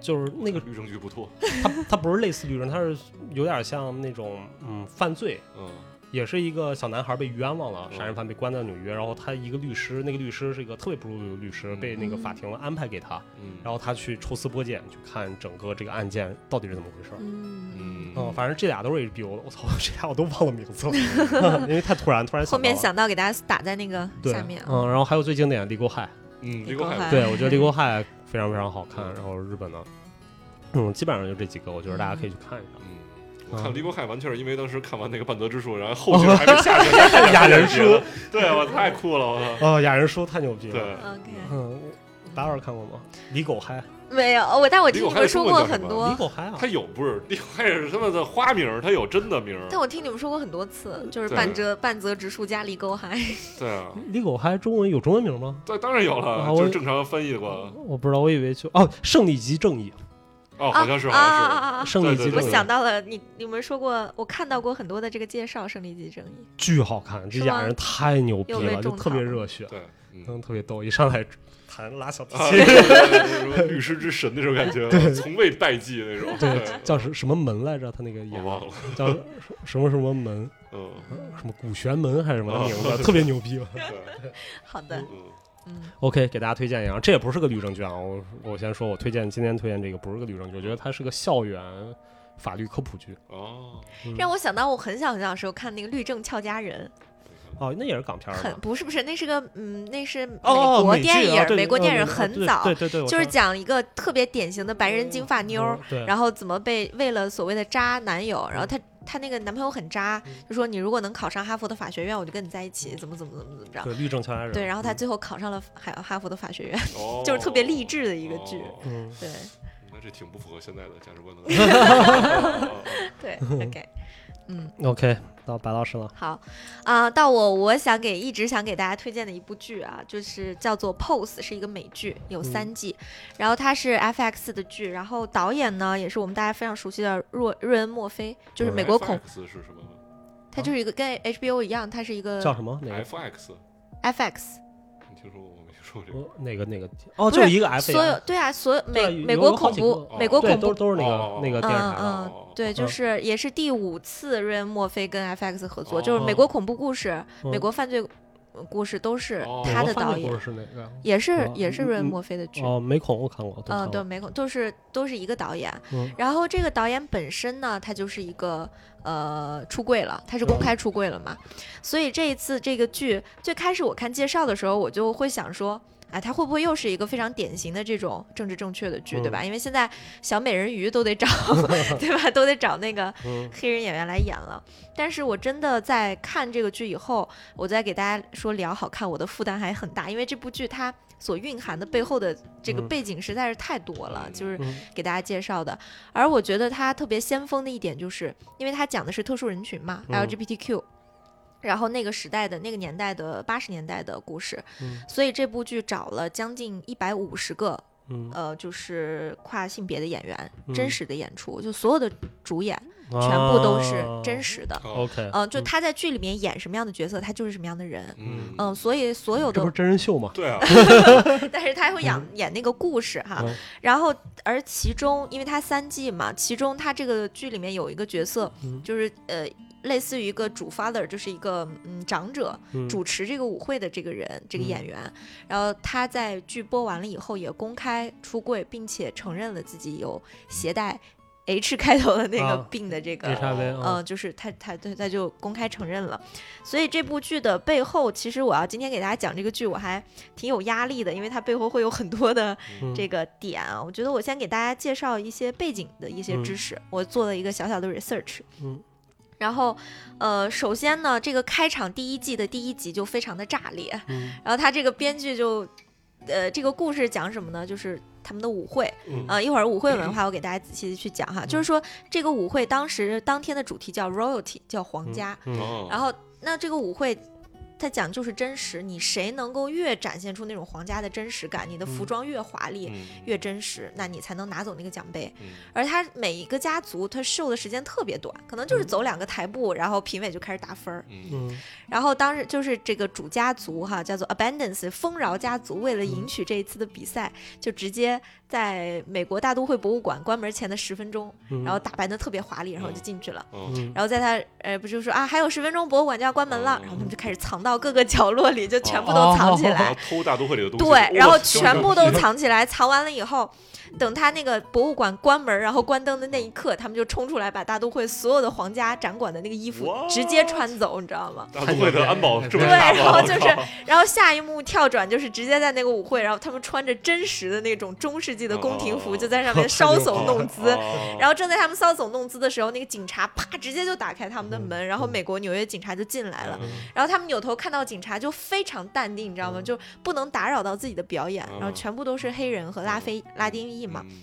就是那个，律政剧不错，它它不是类似律政，它是有点像那种嗯犯罪，嗯也是一个小男孩被冤枉了，嗯杀人犯被关在纽约，然后他一个律师，那个律师是一个特别不入流的律师，嗯被那个法庭安排给他，嗯，然后他去抽丝剥茧，去看整个这个案件到底是怎么回事儿。嗯，嗯，反正这俩都是 HBO 的，我操，这俩我都忘了名 字了，因为太突然，突然后面想想到给大家打在那个到了下面哎对，啊，嗯，然后还有最经典的《李沟海》，嗯，这李个光汉还对，我觉得《立国海》非常非常好看，然后日本的，嗯，基本上就这几个，我觉得大家可以去看一看。嗯，我看嗯《离国海》完全是因为当时看完那个《半泽之术》，然后后劲儿还没下去， 然后 看雅这人个书剧，对我太酷了，我操，哦，雅人书太牛逼了。对， OK，嗯，达尔看过吗？李狗嗨，没有，我但我听李你狗还有们说中过文叫很什么李多，狗嗨啊他！有不是《离国海》是他们的花名儿，他有真的名儿，但我听你们说过很多次，就是对半泽半泽直树加李沟海，对啊，李狗嗨中文有中文名吗？对，当然有啊了，我嗯就是正常翻译过，我不知道，我以为就哦，胜利即正义，哦，好像是，好啊啊像啊是。啊啊！胜利对集对正我对义想到了，你你们说过，我看到过很多的这个介绍，《胜利即正义巨好看，这是俩吗人太牛逼又被了，就种特别草了热血，对，嗯，嗯，特别逗，一上来弹拉小提啊，琴，对对对对律师之神那种感觉，啊从未败绩那种。对，叫什什么门来着？他那个我演忘了，叫什么什么门，嗯，什么古玄门还是什么哦名 字，特别牛逼。对，》。好的，嗯，嗯， OK，给大家推荐一样，这也不是个律政卷啊。我我先说，我推荐今天推荐这个不是个律政剧，我觉得它是个校园法律科普剧。哦，让我想到我很小很小的时候看那个《律政俏佳人哦，那也是港片》，儿很吧？不是不是，那是个嗯，那是美哦，国美剧啊电影，对美国嗯电影嗯很对早对，对对，我就是知讲一个特别典型的白人金发妞道儿，，嗯对，然后怎么被为了所谓的渣男友，然后她她那个男朋友很渣，就说你如果能考上哈佛的法学院，我就跟你在一起，怎么怎么怎么怎么着。对律政乔家人，对，然后她最后考上了哈哈佛的法学院，哦，就是特别励志的一个剧哦嗯，对那这挺不符合现在的价值 观的。哦对，OK，嗯，嗯，OK，到白老师了。好，啊、到我我想给一直想给大家推荐的一部剧啊，就是叫做《Pose》，是一个美剧，有三嗯季，然后它是 FX 的剧，然后导演呢也是我们大家非常熟悉的若瑞恩·墨菲，就是美国恐， FX 是什么他就是一个跟 HBO 一样，他是一个叫什么？哪个？ ？FX， FX，你听说过吗？没听说过这个。我哪个哪个？哦，不是就一个 F，所有对啊，所有美对有美国有好恐几怖个，美国对，恐都怖。都是那哦个那个电视台的。嗯哦对，就嗯是也是第五次瑞恩·墨菲跟 FX 合作，哦就是美国恐怖故事、嗯美国犯罪呃故事都是哦他的导美国犯罪故，演事是哪个？也是哦也是嗯瑞恩嗯·墨菲的剧。哦，美恐我看过，都嗯，看对，过。没空，都是都是一个导演。嗯然后这个导演本身呢，他就是一个呃出柜了，他是公嗯开出柜了嘛。所以这一次这个剧最开始我看介绍的时候，我就会想说。哎，他会不会又是一个非常典型的这种政治正确的剧，对嗯吧？因为现在小美人鱼都得 找，对吧？都得找那个嗯黑人演员来演了。但是我真的在看这个剧以后，我再给大家说聊好看，我的负担还很大，因为这部剧它所蕴含的背后的这个嗯背景实在是太多了，就是嗯给大家介绍的。而我觉得它特别先锋的一点，就是因为它讲的是特殊人群嘛、嗯 l g b t q 然后那个时代的那个年代的八十年代的故事，嗯所以这部剧找了将近一百五十个嗯，呃，就是跨性别的演员、嗯真实的演出，就所有的主演全全部都是真。实的。哦，嗯啊 OK，嗯，就他在剧里面演什么样的角色，他就是什么样的人。嗯嗯，哦所以所有这不是的，真人秀吗？对啊，但是他会演演那个故事哈。嗯然后，而其中，因为他三季嘛，其中他这个剧里面有一个角色，嗯就是呃，类似于一个主 father，就是一个嗯长者嗯主持这个舞会的这个人，这个嗯演员。然后他在剧播完了以后，也公开出柜，并且承认了自己有携带 H 开头的那个啊病的这个 HIV 嗯、啊，就是他他对他就公开承认了，所以这部剧的背后，其实我要今天给大家讲这个剧，我还挺有压力的，因为它背后会有很多的嗯这个点啊。我觉得我先给大家介绍一些背景的一些知识，我做了一个小小的 research。嗯。然后，呃，首先呢，这个开场第一季的第一集就非常的炸裂，嗯然后他这个编剧就，呃，这个故事讲什么呢？就是他们的舞会，嗯呃，一会儿舞会文化我给大家仔细的去讲哈。就是说这个舞会当时当天的主题叫 royalty，叫皇家。嗯哦然后那这个舞会。它讲就是真实，你谁能够越展现出那种皇家的真实感，你的服装越华丽、嗯越真实，那你才能拿走那个奖杯。嗯而他每一个家族，他秀的时间特别短，可能就是走两个台步，然后评委就开始打分儿。嗯嗯然后当时就是这个主家族哈，叫做 Abundance 丰饶家族，为了嗯赢取这一次的比赛，就直接在美国大都会博物馆关门前的十分钟，嗯，然后打扮的特别华丽，然后就进去了。哦嗯然后在他呃，不就说啊，还有十分钟博物馆就要关门了，哦嗯然后他们就开始藏到各个角落里，就全部都藏起然哦 来后。偷大都会里的东西，对，然后哇这全部都这藏起来，藏完了以后，等他那个博物馆关门，然后关灯的那一刻，他们就冲出来，把大都会所有的皇家展馆的那个衣服直接 What？穿走，你知道吗？大都啊会的安保 这么对，大吗然后就我靠是，然后下一幕跳转就是直接在那个舞会，然后他们穿着真实的那种中世纪的宫廷服，哦就在 上面搔首懂弄姿。哦然后正在他们搔首弄姿的时候，那个警察啪直接就打开他们的门，然后美国纽约警察就进来了。嗯然后他们扭头看到警察就非常淡定，你知道吗？就不能打扰到自己的表演。然后嗯全部都是黑人和拉非拉丁裔嘛。嗯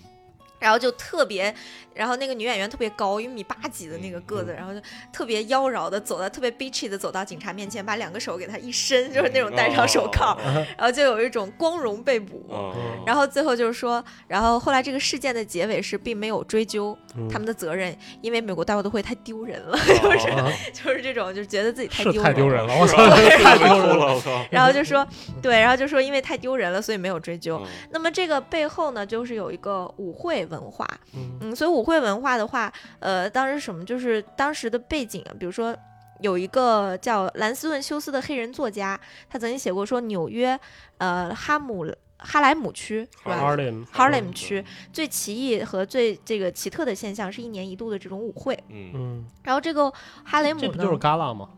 然后就特别，然后那个女演员特别高，一米八几的嗯那个个子，然后就特别妖娆的走到特别 bitchy 的走到警察面前，把两个手给他一伸，就是那嗯种戴上手哦铐，然后就有一种光荣被捕。嗯，然后最后就是说，然后后来这个事件的结尾是并没有追究嗯他们的责任，因为美国大卫都会太丢人了， 就是啊就是这种，就是觉得自己太是丢太人丢了。人 了，我操，太太丢丢人人了，了。我操！然后就说，对，然后就说因为太丢人了，所以没有追究。嗯那么这个背后呢，就是有一个舞会文化，嗯嗯，所以舞会文化的话，呃，当时什么就是当时的背景啊，比如说有一个叫兰斯顿休斯的黑人作家，他曾经写过说纽约，呃，哈姆哈莱姆区是吧？ Harlem Harlem 嗯区最奇异和最这个奇特的现象是一年一度的这种舞会，嗯，嗯，然后这个哈雷姆这不呢，嗯就是 Gala 吗？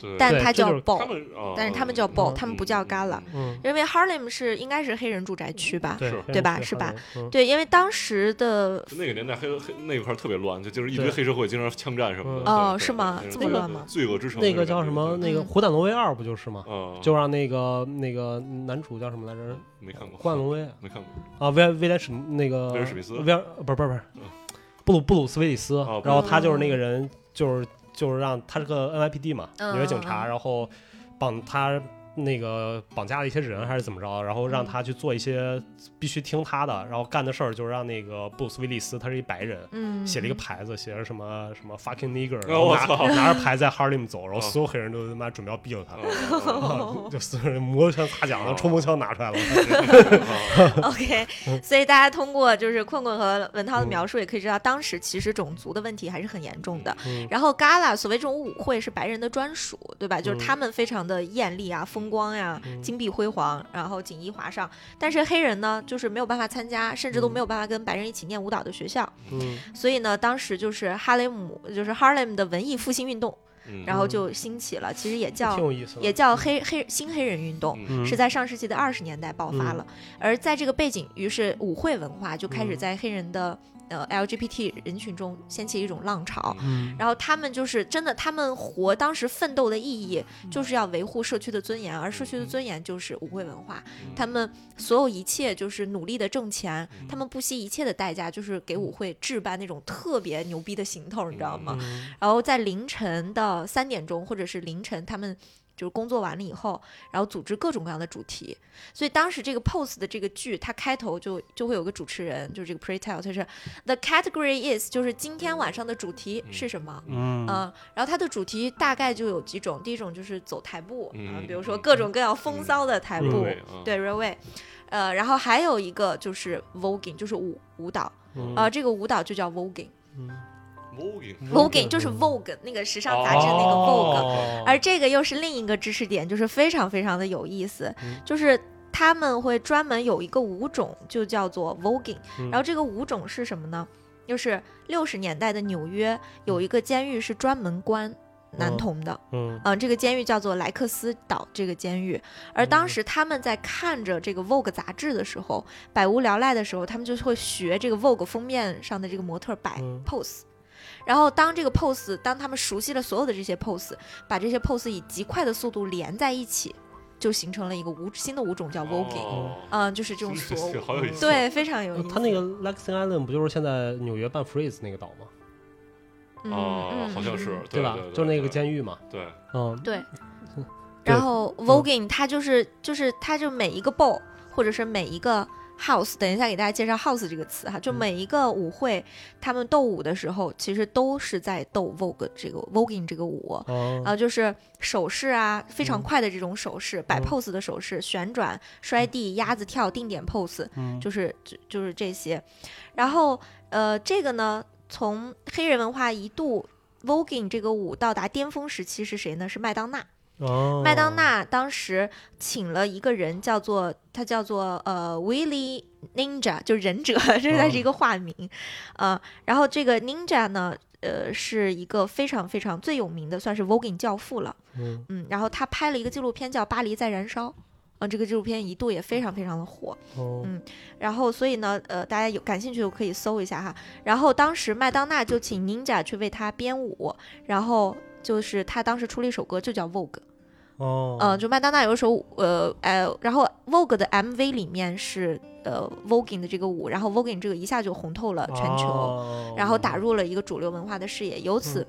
对，但对它这叫就是 ball，他们，哦但是他们叫嗯 ball，嗯他们不叫 gala，嗯，因为 Harlem 是应该是黑人住宅区吧？对是对吧是吧？嗯对，因为当时的就那个年代黑黑那一块儿特别乱，就就是一堆对黑社会经常枪战什么的。嗯哦对是吗对这么那个乱吗罪恶之城嗯那个叫什么？感觉那个《嗯虎胆龙威二》不就是吗？对嗯，就让那个那个男主叫什么来嗯着？没看过，冠龙威 没看过。啊，威尔威廉史那个威尔史密斯威尔不是不是不是嗯，布鲁布鲁斯威利斯哦。然后他就是那个人，就是就是让他是个 NYPD 嘛，嗯纽约警察，嗯嗯然后绑他。那个绑架了一些人还是怎么着，然后嗯让他去做一些必须听他的，然后干的事儿，就是让那个布鲁斯威利斯，他是一白人，嗯，写了一个牌子，写着什么什么 fucking nigger，哦然后我拿操拿着牌在 Harlem 走，然后哦所有黑人都他妈准备要毙了他，嗯啊就所有人摩托枪 擦响哦了，冲锋枪拿出来了， OK，所以大家通过就是困困和文嗯涛的描述，也可以知道当时其实种族的问题还是很严重的。嗯然后 gala 所谓这种舞会是白人的专属，对吧？就是嗯他们非常的艳丽啊、风光呀、嗯金碧辉煌，然后锦衣华裳。但是黑人呢，就是没有办法参加，甚至都嗯没有办法跟白人一起念舞蹈的学校。嗯所以呢，当时就是哈雷姆，就是 Harlem 的文艺复兴运动，嗯然后就兴起了。其实也挺叫有意思的，也叫黑黑新黑人运动。嗯嗯是在上世纪的二十年代爆发了。而在这个背景，于是舞会文化就开始嗯在黑人的、呃 LGBT 人群中掀起一种浪潮。嗯然后他们就是真的，他们活当时奋斗的意义就是要维护社区的尊严，而社嗯区的尊严就是舞会文化。嗯他们所有一切就是努力的挣钱，他嗯们不惜一切的代价，就是给舞会置办那种特别牛逼的行头，你知道吗？嗯然后在凌晨的三点钟，或者是凌晨，他们就是工作完了以后，然后组织各种各样的主题。所以当时这个 Pose 的这个剧，它开头就就会有个主持人，就是这个 Pretel，就是 The category is，就是今天晚上的主题是什么？嗯嗯，然后它的主题大概就有几种，第一种就是走台步，嗯啊嗯比如说各种各样风骚的台嗯步，对，对 r a i l w a y 呃，然后还有一个就是 voguing，就是舞舞蹈，嗯啊、这个舞蹈就叫 voguing。 Vogue Vogue 就是 Vogue 那个时尚杂志那个 Vogue，、嗯哦而这个又是另一个知识点，就是非常非常的有意思，嗯就是他们会专门有一个舞种，就叫做 Voguing，、嗯然后这个舞种是什么呢？就是六十年代的纽约有一个监狱是专门关。男童的，嗯嗯、这个监狱叫做莱克斯岛这个监狱，而当嗯时他们在看着这个 Vogue 杂志的时候，百无聊赖的时候，他们就会学这个 Vogue 封面上的这个模特摆嗯 pose，然后当这个 pose，当他们熟悉了所有的这些 pose，把这些 pose 以极快的速度连在一起，就形成了一个舞新的舞种叫 voguing，、哦，嗯，就是这种所舞，这 好有意思。对，非常有意呃思。他那个 Lexington Island 不就是现在纽约办 Freeze 那个岛吗？嗯，哦嗯，好像是，对吧？就是那个监狱嘛，对，嗯对。对嗯然后 voguing 它就是就是它就每一个 ball 或者是每一个 house，等一下给大家介绍 house 这个词哈，就嗯每一个舞会，他们斗舞的时候其实都是在斗 vogue 这个 voguing 这个舞。哦然后就是手势啊，非常嗯快的这种手势，摆嗯 pose 的手势，旋转、摔地、鸭子跳、定点 pose，嗯就是就就是这些。然后呃，这个呢，从黑人文化一度 voguing 这个舞到达巅峰时期是谁呢？是麦当娜。哦麦当娜当时请了一个人，叫做他叫做呃 Willie Ninja，就是忍者， 这算是哦一个化名，呃，然后这个 Ninja 呢，呃，是一个非常非常最有名的，算是 voguing 教父了，嗯嗯，然后他拍了一个纪录片叫《巴黎在燃烧》，嗯、这个纪录片一度也非常非常的火，哦嗯然后所以呢，呃，大家有感兴趣的可以搜一下哈。然后当时麦当娜就请 Ninja 去为他编舞，然后就是他当时出了一首歌，就叫 Vogue。哦，嗯、就麦当娜有一首呃呃，然后 Vogue 的 MV 里面是呃 Voguing 的这个舞，然后 Voguing 这个一下就红透了全球，哦嗯然后打入了一个主流文化的视野，由此。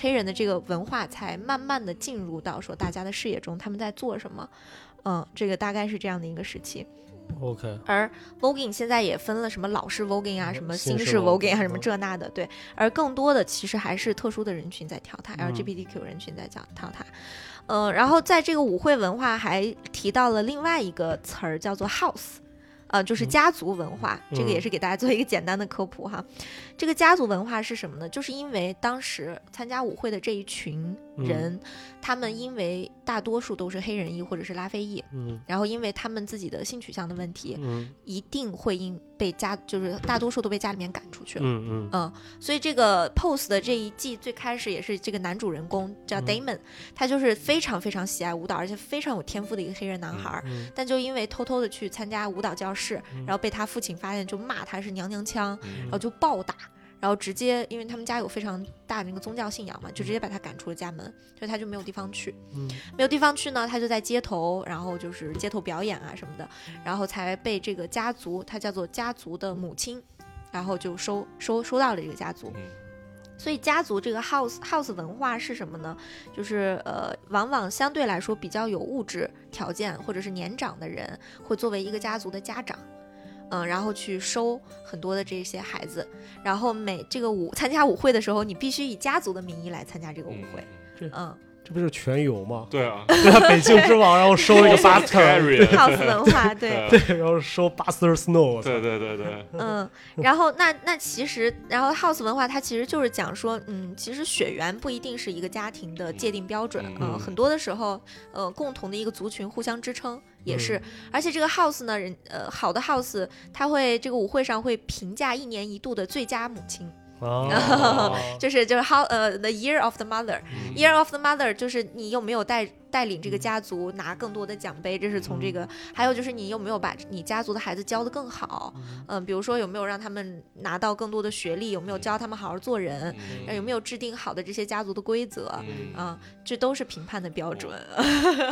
黑人的这个文化才慢慢的进入到说大家的视野中，他们在做什么，嗯，这个大概是这样的一个时期。 OK，而 voguing 现在也分了什么老式 voguing 啊，嗯什么新新式式 voguing， voguing 啊，什么嗯这那的，对。而更多的其实还是特殊的人群在跳它嗯，LGBTQ 人群在讲跳它。嗯，然后在这个舞会文化还提到了另外一个词儿，叫做 house。呃，就是嗯家族文化，这个嗯也是给大家做一个简单的科普哈。这个家族文化是什么呢？就是因为当时参加舞会的这一群嗯人，他们因为大多数都是黑人裔或者是拉非裔，嗯然后因为他们自己的性取向的问题，嗯一定会因被家，就是大多数都被家里面赶出去了。嗯嗯所以这个 Pose 的这一季最开始也是这个男主人公叫嗯 Damon，、他就是非常非常喜爱舞蹈，而且非常有天赋的一个黑人男孩儿。嗯但就因为偷偷的去参加舞蹈教室，嗯然后被他父亲发现，就骂他是娘娘腔，嗯然后就暴打，然后直接因为他们家有非常大的那个宗教信仰嘛，就直接把他赶出了家门，所以他就没有地方去。嗯没有地方去呢，他就在街头，然后就是街头表演啊什么的，然后才被这个家族，他叫做家族的母亲，然后就收收收到了这个家族。嗯所以家族这个 house house 文化是什么呢？就是呃，往往相对来说比较有物质条件或者是年长的人，会作为一个家族的家长。嗯，然后去收很多的这些孩子，然后每这个舞参加舞会的时候，你必须以家族的名义来参加这个舞会。嗯，这不是全游 吗？对 啊，北京之王，然后收 一个 b u Buster， carry，嗯 house 文化，对，对对，然后收 Buster Snow，对对对对，嗯，然后那那其实，然后 house 文化它其实就是讲说，嗯，其实血缘不一定是一个家庭的界定标准，嗯呃嗯很多的时候，呃，共同的一个族群互相支撑也是，嗯而且这个 house 呢，人呃好的 house，它会这个舞会上会评价一年一度的最佳母亲，啊，就是就是 how 呃 the year of the mother。嗯 Year of the Mother 就是你有没有带带领这个家族拿更多的奖杯，这是从这个，嗯还有就是你有没有把你家族的孩子教得更好，嗯嗯，比如说有没有让他们拿到更多的学历，有没有教他们好好做人，嗯呃有没有制定好的这些家族的规则，嗯啊，这都是评判的标准。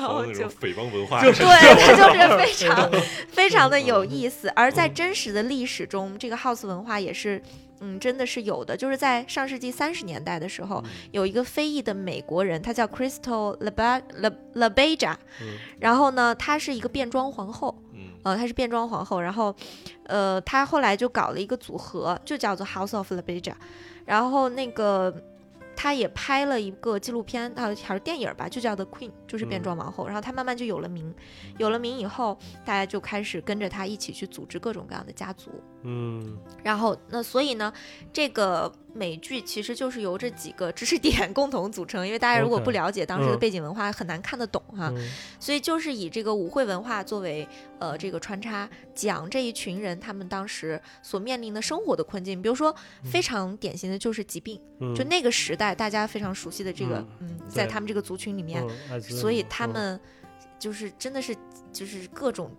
好我那就种匪帮文化，就对，它就是非常非常的有嗯意思。而在真实的历史中，这个 house 文化也是，嗯，真的是有的。就是在上世纪三十年代的时候，有一个非裔的美国人，他叫 Crystal Leba Le Lebeja，嗯然后呢，她是一个变装皇后，嗯呃，她是变装皇后，然后，呃，她后来就搞了一个组合，就叫做 House of Lebeja，然后那个。她也拍了一个纪录片，还有还是电影吧，就叫 The Queen，就是变嗯装王后。然后她慢慢就有了名，有了名以后，大家就开始跟着她一起去组织各种各样的家族。嗯然后那所以呢，这个美剧其实就是由这几个知识点 共同组成，因为大家如果 OK，不了解当时的嗯背景文化，很难看得懂哈、嗯所以就是以这个舞会文化作为呃这个穿插，讲这一群人他们当时所面临的生活的困境，比如说非常典型的就是疾病，嗯就那个时代大家非常熟悉的这个嗯在对他们这个族群里面，嗯艾滋所以病他嗯们就是真的是就是各种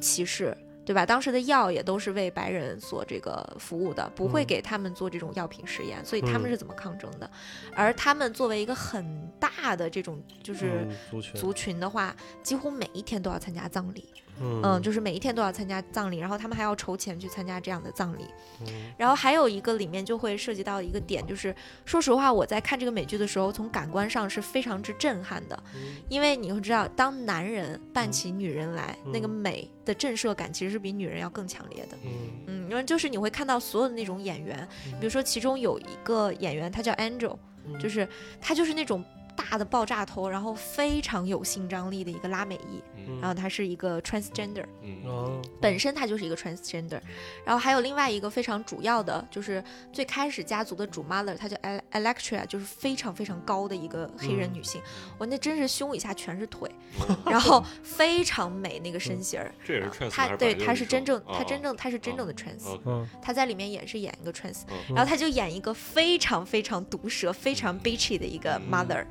歧视，对吧？当时的药也都是为白人所这个服务的，不会嗯给他们做这种药品实验，所以他们嗯是怎么抗争的？而他们作为一个很大的这种就是嗯族群，族群的话，几乎每一天都要参加葬礼，嗯，嗯就是每一天都要参加葬礼，然后他们还要筹钱去参加这样的葬礼。嗯然后还有一个里面就会涉及到一个点，就是说实话，我在看这个美剧的时候，从感官上是非常之震撼的，嗯因为你会知道，当男人扮起女人来，嗯那个美的震慑感其实是比女人要更强烈的。嗯嗯，因为就是你会看到所有的那种演员，嗯比如说其中有一个演员，他叫 Angel，就是他就是那种大的爆炸头，然后非常有性张力的一个拉美裔，嗯然后他是一个 transgender，嗯哦啊本身他就是一个 transgender，然后还有另外一个非常主要的，就是最开始家族的主 mother，她叫 Ele- Electra，就是非常非常高的一个黑嗯人女性，我那真是胸以下全是 腿，然后非常美那个身形儿。这也是啊嗯 trans，她对她是真正，她他真正她是真正的 trans，哦嗯她在里面也是演一个 trans，嗯然后她就演一个非常非常毒舌、非常 bitchy 的一个 mother，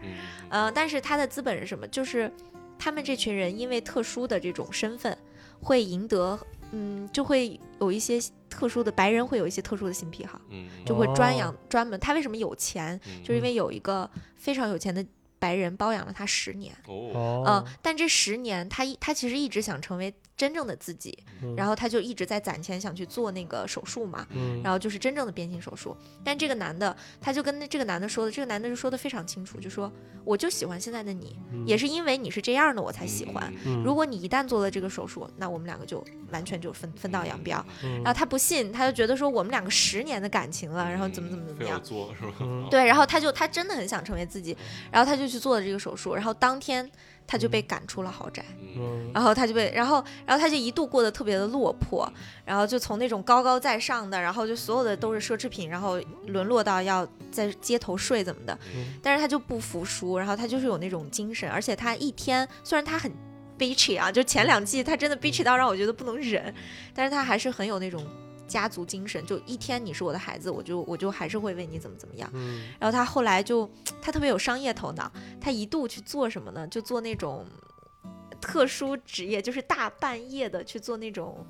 呃，嗯但是他的资本是什么？就是他们这群人因为特殊的这种身份，会赢得，嗯，就会有一些特殊的白人会有一些特殊的性癖好，嗯就会专哦嗯养、专门。他为什么有钱？就是因为有一个非常有钱的白人包养了他十年。哦，哦呃，，但这十年他一他其实一直想成为真正的自己，嗯然后他就一直在攒钱想去做那个手术嘛，嗯然后就是真正的变性手术。但这个男的他就跟那这个男的说的，这个男的就说的非常清楚，就说我就喜欢现在的你，也是因为你是这样的我才喜欢。嗯如果你一旦做了这个手术，那我们两个就完全就分分道扬镳。嗯然后他不信，他就觉得说我们两个十年的感情啊了，然后怎么怎么怎么嗯非要样。做是吧？哦嗯对，然后他就他真的很想成为自己，然后他就去做了这个手术，然后当天他就被赶出了豪宅。嗯，嗯然后他就被，然后，然后他就一度过得特别的落魄，然后就从那种高高在上的，然后就所有的都是奢侈品，然后沦落到要在街头睡怎么的嗯。但是他就不服输，然后他就是有那种精神，而且他一天虽然他很 bitchy 啊，就前两季他真的 bitchy 到让我觉得不能忍，但是他还是很有那种家族精神，就一天你是我的孩子，我就我就还是会为你怎么怎么样。嗯然后他后来就他特别有商业头脑，他一度去做什么呢？就做那种特殊职业，就是大半夜的去做那种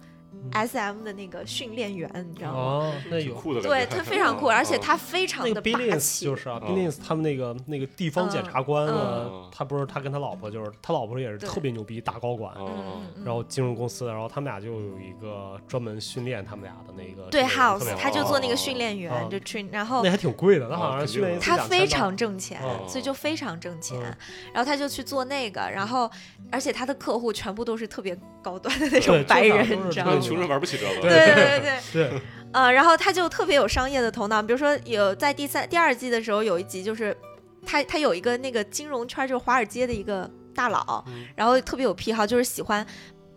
S M 的那个训练员，你知道吗？嗯哦，那挺有酷的感对觉，哦他非常酷，而且他非常那的个霸 Billings 气。就是啊嗯，Billings 他们那个那个地方检察官嗯啊嗯，他不是他跟他老婆就是他老婆也是对特别牛逼大高管，哦嗯，嗯嗯然后进入公司，然后他们俩就有一个专门训练他们俩的那个对训练营特 House，别好他就做那个训练哦员，就 train，然后那还挺贵的，他好哦像训练一次他两千非吧常挣钱，哦所以就非常挣钱。嗯然后他就去做那个，然后而且他的客户全部都是特别高端的那种对白就人是，都是你知道这那个吗？穷人玩不起这个，对对 对对。对，呃，然后他就特别有商业的头脑，比如说有在第三、第二季的时候有一集就是他他有一个那个金融圈，就是华尔街的一个大佬，嗯然后特别有癖好，就是喜欢。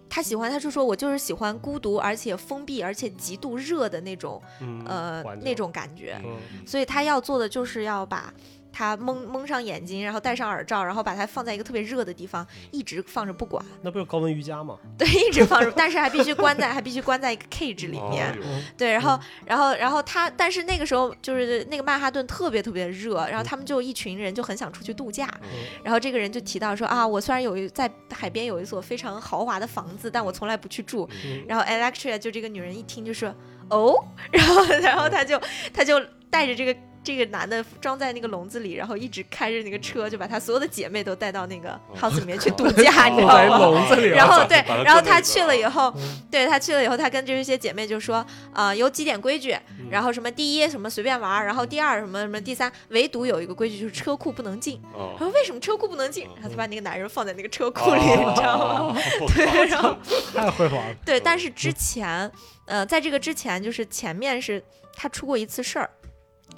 他喜欢，他就说我就是喜欢孤独，而且封闭，而且极度热的那种，嗯 呃，环境那种感觉。嗯所以他要做的就是要把他蒙蒙上眼睛，然后戴上耳罩，然后把它放在一个特别热的地方，一直放着不管。 那不是高温瑜伽吗？对，一直放着，但是还必须关在，还必须关在一个 cage 里面。哎呦嗯对，然后，然后，然后他，但是那个时候就是那个曼哈顿特别特别热，然后他们就一群人就很想出去度假，嗯然后这个人就提到说啊，我虽然有一在海边有一所非常豪华的房子，但我从来不去住。嗯然后 Electra 就这个女人一听就说哦， 然后，然后他就他就带着这个这个男的装在那个笼子里，然后一直开着那个车，就把他所有的姐妹都带到那个哦 house 里面去度 假，你知哦在道吗？笼子里啊然后对啊把它，然后炖他那个去了以后嗯，对他去了以后，他跟这些姐妹就说，呃，有几点规矩，嗯然后什么第一什么随便玩儿，然后第二什么什么第三，唯独有一个规矩就是车库不能进。哦然 后为什么车库不能进哦？然后他把那个男人放在那个车库里，你知道吗？吗？ 对，然后太会玩了，对，但是嗯之前，呃，在这个之前，就是前面是他出过一次事儿，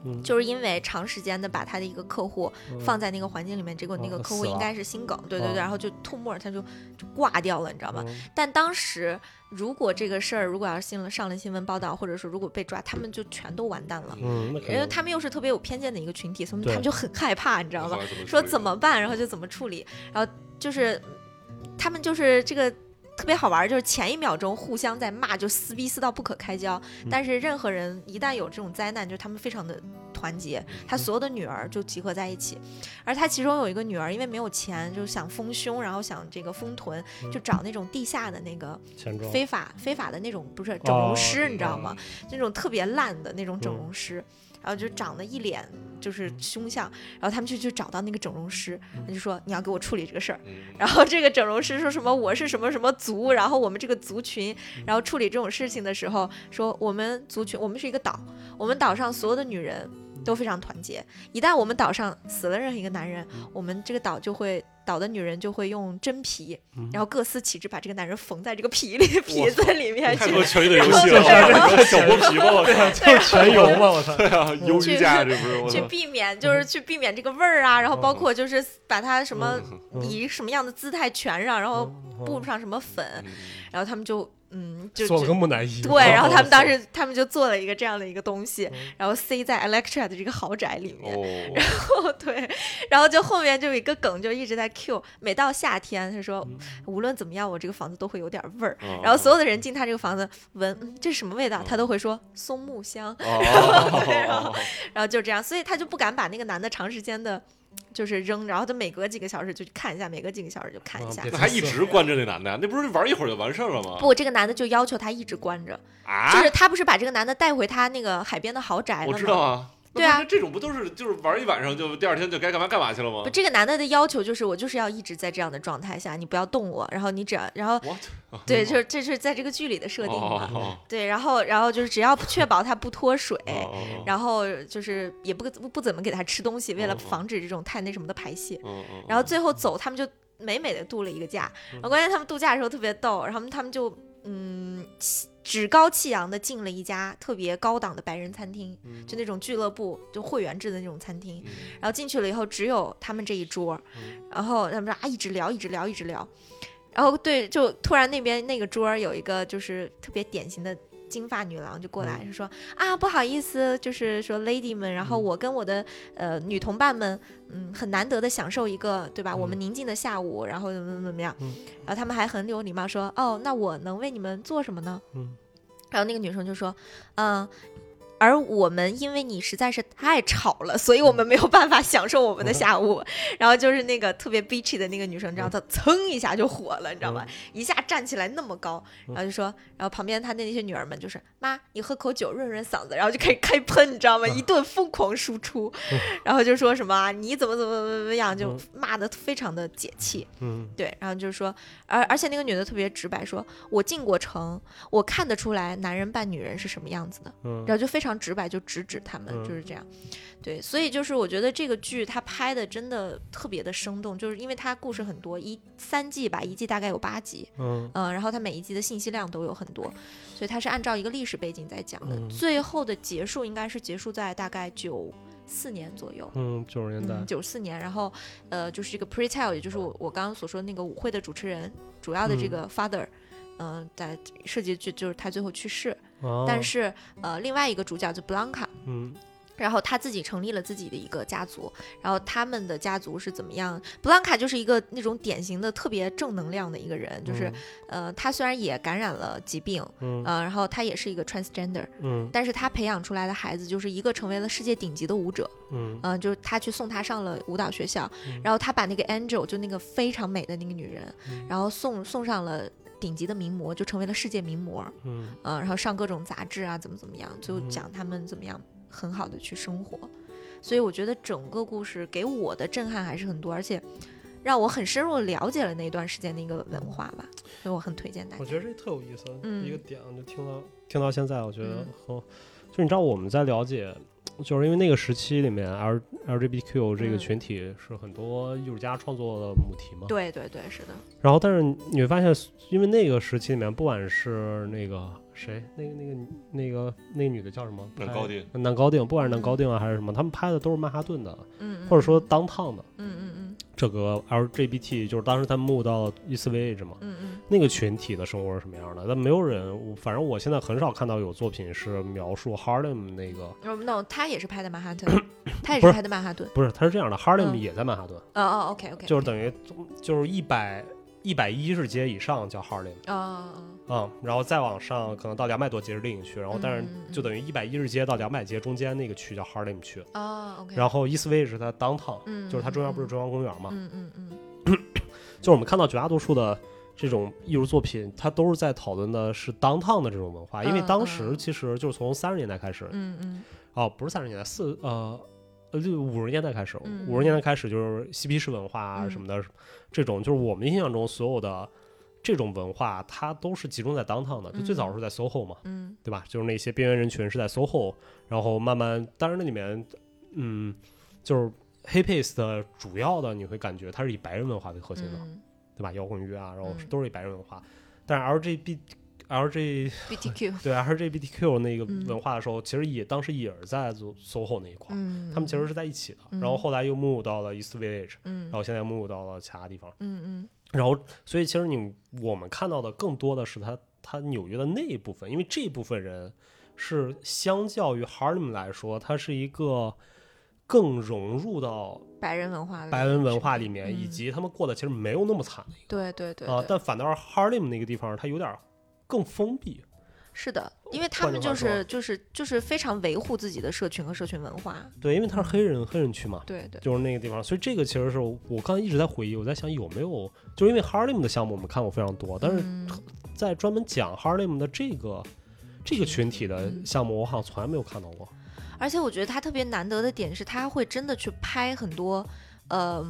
嗯就是因为长时间的把他的一个客户放在那个环境里面，结果那个哦客户死了应该是心梗，对对哦对，然后就吐沫儿，他就就挂掉了，你知道吗？嗯但当时如果这个事儿如果要是新闻上了新闻报道，或者说如果被抓，他们就全都完蛋了，嗯，那可 因为能他们又是特别有偏见的一个群体，所以他对们就很害怕，你知知道吧？说怎么办，然后就怎么处理，然后就是他们就是这个。特别好玩儿，就是前一秒钟互相在骂，就撕逼撕到不可开交。嗯但是任何人一旦有这种灾难，就是他们非常的团结，嗯他所有的女儿就集合在一起。而他其中有一个女儿，因为没有钱，就想丰胸，然后想这个丰臀，嗯就找那种地下的那个钱庄非法非法的那种，不是整哦容师，你知道吗？？那种特别烂的那种嗯整容师，然后就长得一脸就是凶相，然后他们就去找到那个整容师，他就说你要给我处理这个事儿。嗯然后这个整容师说什么我是什么什么族，然后我们这个族群，嗯然后处理这种事情的时候说我们族群我们是一个岛，我们岛上所有的女人都非常团结，一旦我们岛上死了任何一个男人，嗯我们这个岛就会。岛的女人就会用真皮，嗯然后各司其职，把这个男人缝在这个皮里皮子里面太去多权力的游戏了， 小剥皮吧，我靠！ 就是全游嘛，我操！ 对啊，鱿鱼架这不是我去操！避免，就是去避免这个味儿啊，然后包嗯括就是把它什么嗯以什么样的姿态全上，然后布嗯上什么粉，然后他们就嗯就做了就个木乃伊，哦对，然后他们当时他们就做了一个这样的一个东西，嗯然后塞在 Electra 的这个豪宅里面，哦，哦， 对，然后就后面就有一个梗，就一直在 Q，每到夏天，他说嗯无论怎么样，我这个房子都会有点味嗯儿。哦然后所有的人进他这个房子闻，嗯这是什么味道？他都会说松木香。哦，然后就这样，所以他就不敢把那个男的长时间的，就是扔，然后他每隔几个小时就去看一下，每隔几个小时就看一下。嗯别那还一直关着那男的呀？那不是玩一会儿就完事儿了吗？不，这个男的就要求他一直关着，啊就，是他不是把这个男的带回他那个海边的豪宅了我吗？知道啊，对啊那这种不都是就是玩一晚上就第二天就该干嘛干嘛去了吗不，这个男的的要求就是我就是要一直在这样的状态下，你不要动我，然后你只要，然后？What？对，就是这是在这个剧里的设定嘛。哦哦哦对，然后然后就是只要确保他不脱水，哦哦哦然后就是也不不不怎么给他吃东西，为了哦哦防止这种太那什么的排泄。嗯嗯，然后最后走，他们就美美的度了一个假。然后关键他们度假的时候特别逗，然后他们就嗯气趾高气扬的进了一家特别高档的白人餐厅，嗯就那种俱乐部就会员制的那种餐厅。嗯然后进去了以后，只有他们这一桌，嗯然后他们说啊，一直聊，一直聊，一直聊，然后对，就突然那边那个桌儿有一个就是特别典型的金发女郎就过来，就说啊，不好意思，就是说 lady 们，然后我跟我的呃女同伴们，嗯，很难得的享受一个对吧，我们宁静的下午，然后怎么怎么怎么样嗯，然后他们还很有礼貌说，哦，那我能为你们做什么呢？嗯然后那个女生就说，嗯、而我们因为你实在是太吵了，所以我们没有办法享受我们的下午。然后就是那个特别 bitchy 的那个女生，你知道她噌一下就火了，你知道嗯吗？一下站起来那么高，然后就说，然后旁边她的那些女儿们就是妈，你喝口酒润润嗓子，然后就开始开喷，你知道吗？一顿疯狂输出，然后就说什么啊你怎么怎么怎么怎么样，就嗯骂的非常的解气。嗯对，然后就是说，而而且那个女的特别直白说，我进过城，我看得出来男人扮女人是什么样子的。嗯然后就非常直白，就直指他们，嗯就是这样。对，所以就是我觉得这个剧它拍的真的特别的生动，就是因为它故事很多，一三季吧，一季大概有八集，嗯嗯、然后它每一集的信息量都有很多，所以它是按照一个历史背景在讲的。嗯最后的结束应该是结束在大概九四年左右。嗯，九十年代嗯，，九四年，然后，呃，就是这个 Pretel，也就是我我刚刚所说的那个舞会的主持人，主要的这嗯个 father，嗯、在设计剧就是他最后去世，哦但是呃，另外一个主角就 Blanca，嗯然后他自己成立了自己的一个家族，然后他们的家族是怎么样？Blanca 就是一个那种典型的特别正能量的一个人，就是、呃，他虽然也感染了疾病，嗯呃，然后他也是一个 transgender，嗯但是他培养出来的孩子就是一个成为了世界顶级的舞者，嗯嗯、就是他去送他上了舞蹈学校嗯，然后他把那个 Angel 就那个非常美的那个女人嗯，然后送送上了顶级的名模，就成为了世界名模。嗯嗯，然后上各种杂志啊，怎么怎么样，就嗯讲他们怎么样很好的去生活。所以我觉得整个故事给我的震撼还是很多，而且让我很深入地了解了那段时间的一个文化吧，所以我很推荐大家我。觉得这特有意思，嗯一个点就听到听到现在，我觉得嗯很，就你知道我们在了解，就是因为那个时期里面 L LGBTQ 这个嗯群体是很多艺术家创作的母题嘛，对对对，是的，然后但是你会发现，因为那个时期里面，不管是那个谁，那个那个那个那个女的叫什么？南拍高定，南高定，不管是南嗯高定啊还是什么，他们拍的都是曼哈顿的，嗯，嗯或者说，当烫的嗯嗯嗯这个 LGBT，就是当时他们募到 e c v 置嘛。嗯嗯那个群体的生活是什么样的？但没有人，我反正我现在很少看到有作品是描述 Harlem 那个，嗯哦，no，他也是拍的 曼哈顿，他也不是是拍的曼哈顿。不是，它是这样的，Harlem 嗯也在曼哈顿，哦哦，OK OK，就是等于就是一百一百一十街以上叫 Harlem 哦哦啊、然后再往上可能到两百多街是另一区，然后但是嗯嗯嗯就等于一百一十街到两百街中间那个区叫 Harlem 区，哦哦，OK，然后 East Village 是它 downtown，嗯，就是它中央不是嗯中央公园嘛，嗯嗯嗯就是我们看到绝大多数的这种艺术作品，它都是在讨论的是 downtown 的这种文化，因为嗯当嗯时其实就是从三十年代开始，嗯嗯哦，不是三十年代，四呃，呃，六五十年代开始，嗯五十年代开始就是嬉皮士文化啊嗯什么的，这种就是我们印象中所有的这种文化，它都是集中在 downtown 的，就最早是在 SOHO 嘛，嗯对吧？就是那些边缘人群是在 SOHO，然后慢慢，当然那里面，嗯，就是 hippies 的主要的你会感觉它是以白人文化为核心的，嗯对吧？摇滚乐啊，然后嗯都是以白人文化，但是 LGBT。L G ，BTQ，对啊 LGBTQ 那个嗯文化的时候，其实也当时也是在 SOHO 那一块儿，嗯，他们其嗯实是在一起的，然后嗯后来又 move 到了 East Village，嗯然后现在 move 到了其他地方，嗯然后所以其实你我们看到的更多的是他他纽约的那一部分，因为这部分人是相较于 Harlem 来说，它是一个更融入到嗯，白人文化，白人文化里面，嗯以及他们过得其实没有那么惨的对对对啊，对但反倒是 Harlem 那个地方，它有点更封闭，是的，因为他换们句话就说是就是就是非常维护自己的社群和社群文化，对，因为它是黑人黑人区嘛，对对，就是那个地方，所以这个其实是我我刚才一直在回忆，我在想有没有，就是因为 Harlem 的项目我们看过非常多，但是嗯在嗯专门讲 Harlem 的这个这个群体的项目，我好像从来没有看到过。而且我觉得他特别难得的点是，他会真的去拍很多，呃，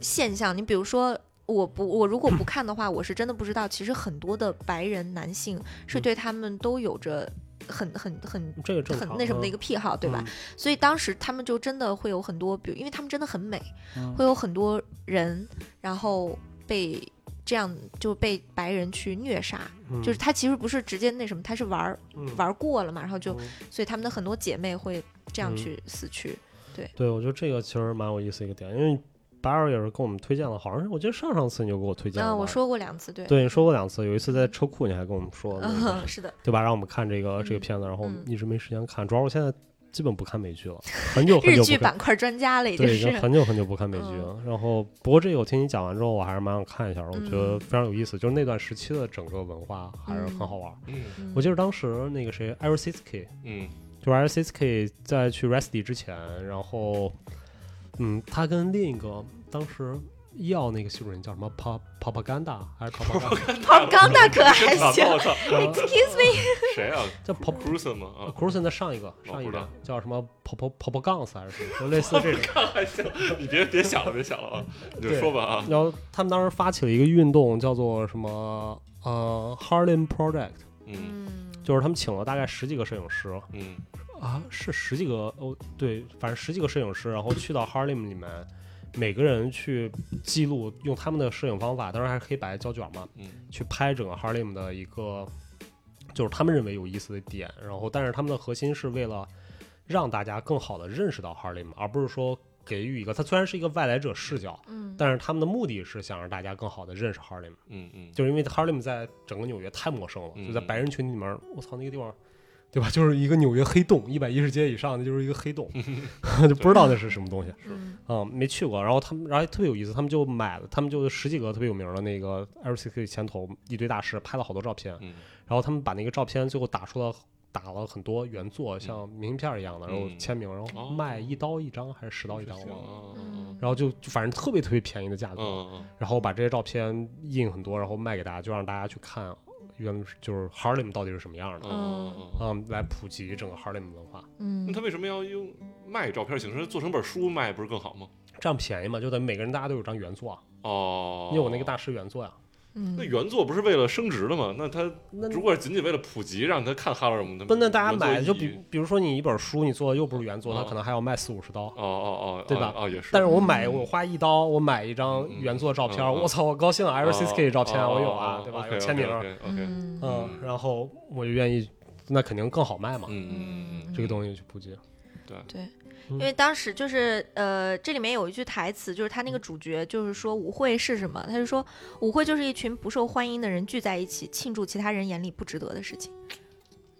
现象。你比如说，我不，我如果不看的话，我是真的不知道，其实很多的白人男性是嗯对他们都有着很很很这个正很常嗯那什么的一个个癖好，对吧？？所以当时他们就真的会有很多，比如因为他们真的很美，嗯会有很多人然后被这样就被白人去虐杀，嗯就是他其实不是直接那什么，他是玩儿嗯玩儿过了嘛，然后就嗯所以他们的很多姐妹会这样嗯去死去。对，我觉得这个其实蛮有意思一个点，因为巴尔也是跟我们推荐了，好像是我记得上上次你就给我推荐了嗯，吧，我说过两次，对，对你说过两次，有一次在车库你还跟我们说呢，嗯，是的，对吧？让我们看这个这个嗯片子，然后我们嗯一直没时间看，主要我现在基本不看美剧了，很久很日久剧不看。板块专家了，已经对，已经是。很久很久不看美剧了。然后，不过这个我听你讲完之后，我还是蛮想看一下的。我觉得嗯非常有意思，就是那段时期的整个文化还是很好玩。嗯嗯我记得当时那个谁 i r s i s k y 嗯就是 i r s i s k y 在去 Resty 之前，然后，嗯，他跟另一个当时医药那个系主任叫什么 Pa Propaganda 还是 Propaganda 呃哦，刚大可 还行我操， ，Excuse me，啊谁啊 叫 Pop ？Cruisen 吗？ c r u s o n 的上一个上一不知个道叫什么 Pop Pop Guns 还是什么，就类似这种。啊，还行，你别别想了，别想了啊，你就说吧啊。然后他们当时发起了一个运动，叫做什么呃 Harlem Project。嗯嗯，就是他们请了大概十几个摄影师嗯啊，是十几个哦，对，反正十几个摄影师，然后去到 Harlem 里面，每个人去记录，用他们的摄影方法，当然还是黑白胶卷嘛，嗯去拍整个 Harlem 的一个，就是他们认为有意思的点。然后，但是他们的核心是为了让大家更好的认识到 Harlem，而不是说给予一个，它虽然是一个外来者视角，嗯，但是他们的目的是想让大家更好的认识 Harlem。嗯嗯，就是因为 Harlem 在整个纽约太陌生了，嗯就在白人群体里面，我操那个地方，对吧？就是一个纽约黑洞，一百一十街以上那就是一个黑 洞，就不知道那是什么东西嗯啊、没去过。然后他们，然后特别有意思，他们就买了，他们就十几个特别有名的那个 L C K 前头一堆大师拍了好多照片， 嗯然后他们把那个照片最后打出了。打了很多原作，像明信片一样的，然后嗯签名，然后哦卖一刀一张还是十刀啊一张，我忘了。嗯然后就就反正特别特别便宜的价格，嗯然后把这些照片印很多，然后卖给大家，就让大家去看原就是 Harlem 到底是什么样哦的，嗯嗯，嗯，来普及整个 Harlem 文化，嗯那他为什么要用卖照片形式做成本书卖，不是更好吗？这样便宜嘛，就等于每个人大家都有张原作啊，哦，你有那个大师原作呀、嗯那原作不是为了升值的吗？那他那如果仅仅为了普及，让他看哈勒姆，不那大家买原就作意义比比如说你一本书，你做的又不是原作，哦它可能还要卖四五十刀。哦哦哦，对吧哦也是，但是我嗯买我花一刀，我买一张原作照片，嗯嗯嗯我操，我高兴啊 i r c i s k 照片哦我有啊，对吧？有签名， OK，嗯嗯，嗯然后我就愿意，那肯定更好卖嘛，嗯嗯这个东西去普及。对，嗯因为当时就是呃，这里面有一句台词，就是他那个嗯主角就是说舞会是什么？他就说舞会就是一群不受欢迎的人聚在一起庆祝其他人眼里不值得的事情。嗯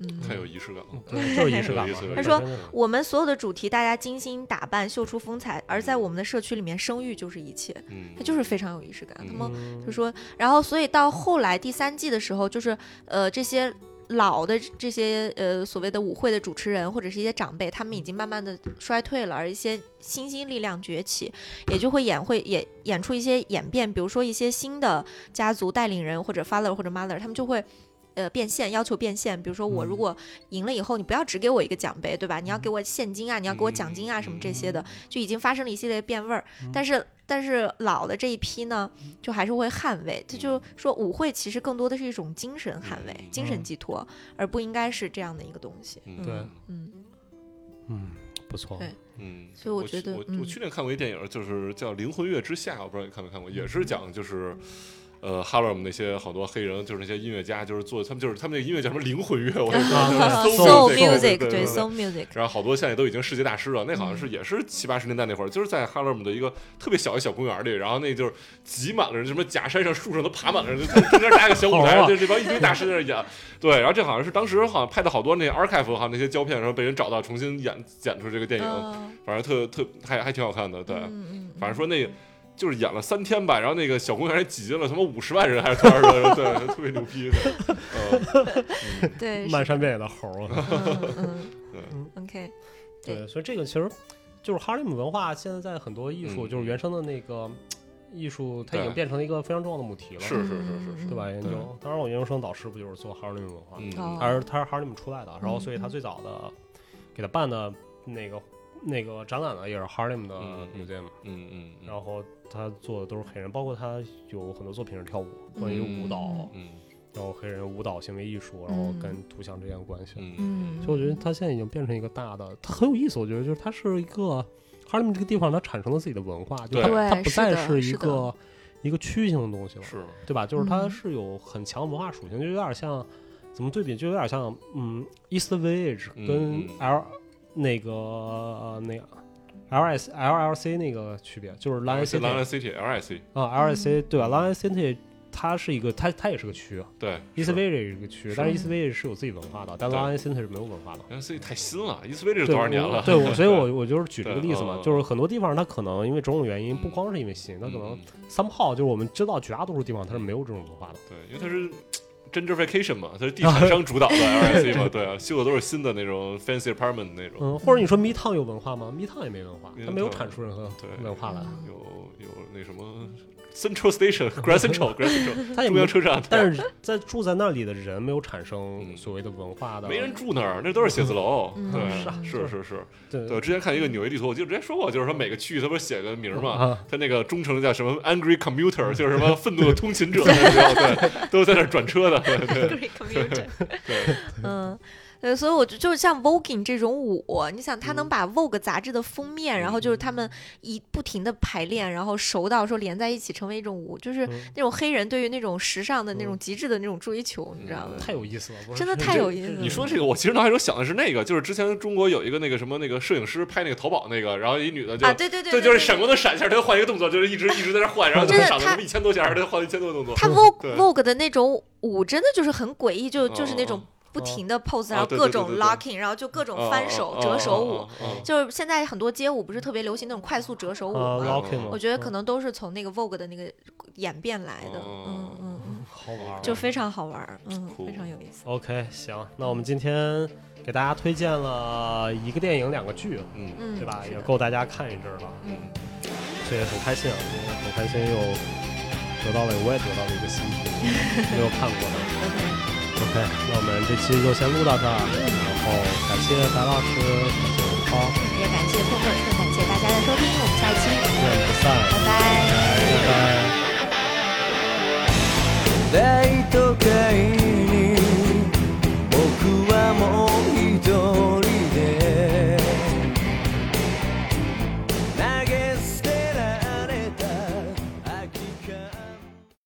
嗯，，很有仪式感。嗯对，就是仪式 感嘛有意思有。意思本他说身就是我们所有的主题，大家精心打扮，秀出风采，而在我们的社区里面，生育就是一切，嗯，它就是非常有仪式感。嗯他们嗯就说，然后所以到后来第三季的时候，就是呃这些老的这些呃所谓的舞会的主持人或者是一些长辈，他们已经慢慢的衰退了，而一些新兴力量崛起，也就会演会演演出一些演变，比如说一些新的家族带领人或者 father 或者 mother，他们就会。呃，变现要求变现，比如说我如嗯果赢了以后，你不要只给我一个奖杯，对吧？你要给我现金啊，你要给我奖金啊，什么这些嗯的，就已经发生了一系列变味儿。但是但是老的这一批呢，就还是会捍卫。这就说舞会其实更多的是一种精神捍卫、精神寄托，而不应该是这样的一个东西。嗯对嗯嗯，不错。对嗯，所以我我觉去得我嗯我去年看过一电影，就是叫《灵魂乐之下》，我不知道你看没看过，也是讲就是。呃，哈勒姆那些好多黑人，就是那些音乐家，就是做他们就是他们那个音乐叫什么灵魂乐，我也不知道啊就是 soul music 对对，soul music，然后好多现在都已经世界大师了，那好像是嗯也是七八十年代那会儿，就是在哈勒姆的一个特别小的小公园里，然后那就是挤满了人，什么假山上、树上都爬满了人，就就中间搭个小舞好台啊，这这帮一堆大师在那演。对，然后这好像是当时好像拍的好多那 archive 哈那些胶片，然后被人找到重新演剪出这个电影，嗯反正特特还还挺好看的，对。嗯反正说那就是演了三天吧，然后那个小公园也挤进了他妈五十万人还是多少人，对，特别牛逼的。 嗯嗯对，是漫山遍野的猴儿。嗯 嗯嗯，OK，对对，所以这个其实就是哈利姆文化现在在很多艺术，嗯就是原生的那个艺术，它已对经变成了一个非常重要的母题了，是是嗯是是对吧？研对究，当然我研究生导师不就是做哈利姆文化，嗯哦他是他是哈利姆出来的，然后嗯所以他嗯最早的给他办的那个那个展览呢，也是 Harlem 的嗯嗯 museum，、嗯嗯嗯，然后他做的都是黑人，包括他有很多作品是跳舞，关于舞蹈，嗯嗯然后黑人舞蹈行为艺术，然后跟图像之间的关系。嗯嗯，所以我觉得它现在已经变成一个大的，它很有意思。我觉得就是它是一个哈尔滨这个地方，它产生了自己的文化，就对它它对不是再的是一是的个一个区域性的东西了，是对吧？就是它嗯是有很强文化属性，就有点像怎么对比，就有点像嗯，East Village 嗯跟嗯 L、那个、呃那个 L S L L C 那个区别，就是 Lion ，LIC City Lion City LIC 啊，L S C 对吧？Lion 嗯 City 它是一个，它它也是个区啊。对 East 是 Village 这个区，是但是 East Village 是有自己文化的，但对 Lion City 是没有文化的。 LIC 太新了，East，E 对，Village 多少年我了？对，我所以我我就是举这个对例子嘛嗯，就是很多地方它可能因为种种原因，不光是因为新，它可能嗯 somehow 就是我们知道绝大多数地方它是没有这种文化的。对，因为它是 gentrification 嘛，它是啊地产商 主导的 LIC 嘛，对啊，修的都是新的那种 fancy apartment 那种，嗯，或者你说 Me Town 有文化吗？Me Town 也没文化，它没有 Midtown 产出任何对文化来，有有那什么 Central Station、Grand Central、Grand 嗯 Central 它也中没央。车站，但是在住在那里的人没有产生嗯所谓的文化的，没人住那儿，那都是写字楼。嗯对，是啊是是是。对对，我之前看一个纽约地图，我记得之前说过，就是说每个区域它不是写个名儿嘛，啊，它那个中城叫什么 Angry Commuter，就是什么愤怒的通勤者，对，都在那儿转车的，对 对 Great commuter 对， 嗯，对，所以我就就是像 Vogue 这种舞，你想他能嗯把 Vogue 杂志的封面，然后就是他们一不停的排练，然后熟到说连在一起成为一种舞，就是嗯那种黑人对于那种时尚的那嗯种极致的那种追求，你知道吗？嗯太有意思了，不是真的这太这啊有意思了你说这个，我其实脑海中想的是那个，就是之前中国有一个那个什么那个摄影师拍那个淘宝那个，然后一女的就啊，对对对对，就是闪光灯闪一下，他就换一个动作，就是一直一直在那换，然后就真的闪了他什么一千多下，他就换一千多个动作。他 Vogue 嗯对 Vogue 的那种舞真的就是很诡异，就嗯就是那种嗯不停的 pose，然啊后对各对对种对哦对 locking，然后就各种翻手嗯折手舞。哦就是现在很多街舞不是特别流行那种快速折手舞啊吗？ ，locking 嘛我觉得可嗯能都是从那个 Vogue 的那个演变来的，哦嗯嗯嗯，好玩儿，啊就非常好玩儿，嗯，酷非常有意思。 OK，行，那我们今天给大家推荐了一个电影、两个剧，嗯嗯，对吧？是也的够大家看一阵儿了，嗯所以很开心啊，很开心又得到了，我也得到了一个新 剧，没有看过的。OK，那我们这期就先录到这儿，啊嗯然后感谢白老师，感谢吴超，嗯也感谢坤坤，更感谢大家的收听，我们下一期不见不散，拜拜拜。大拜。都会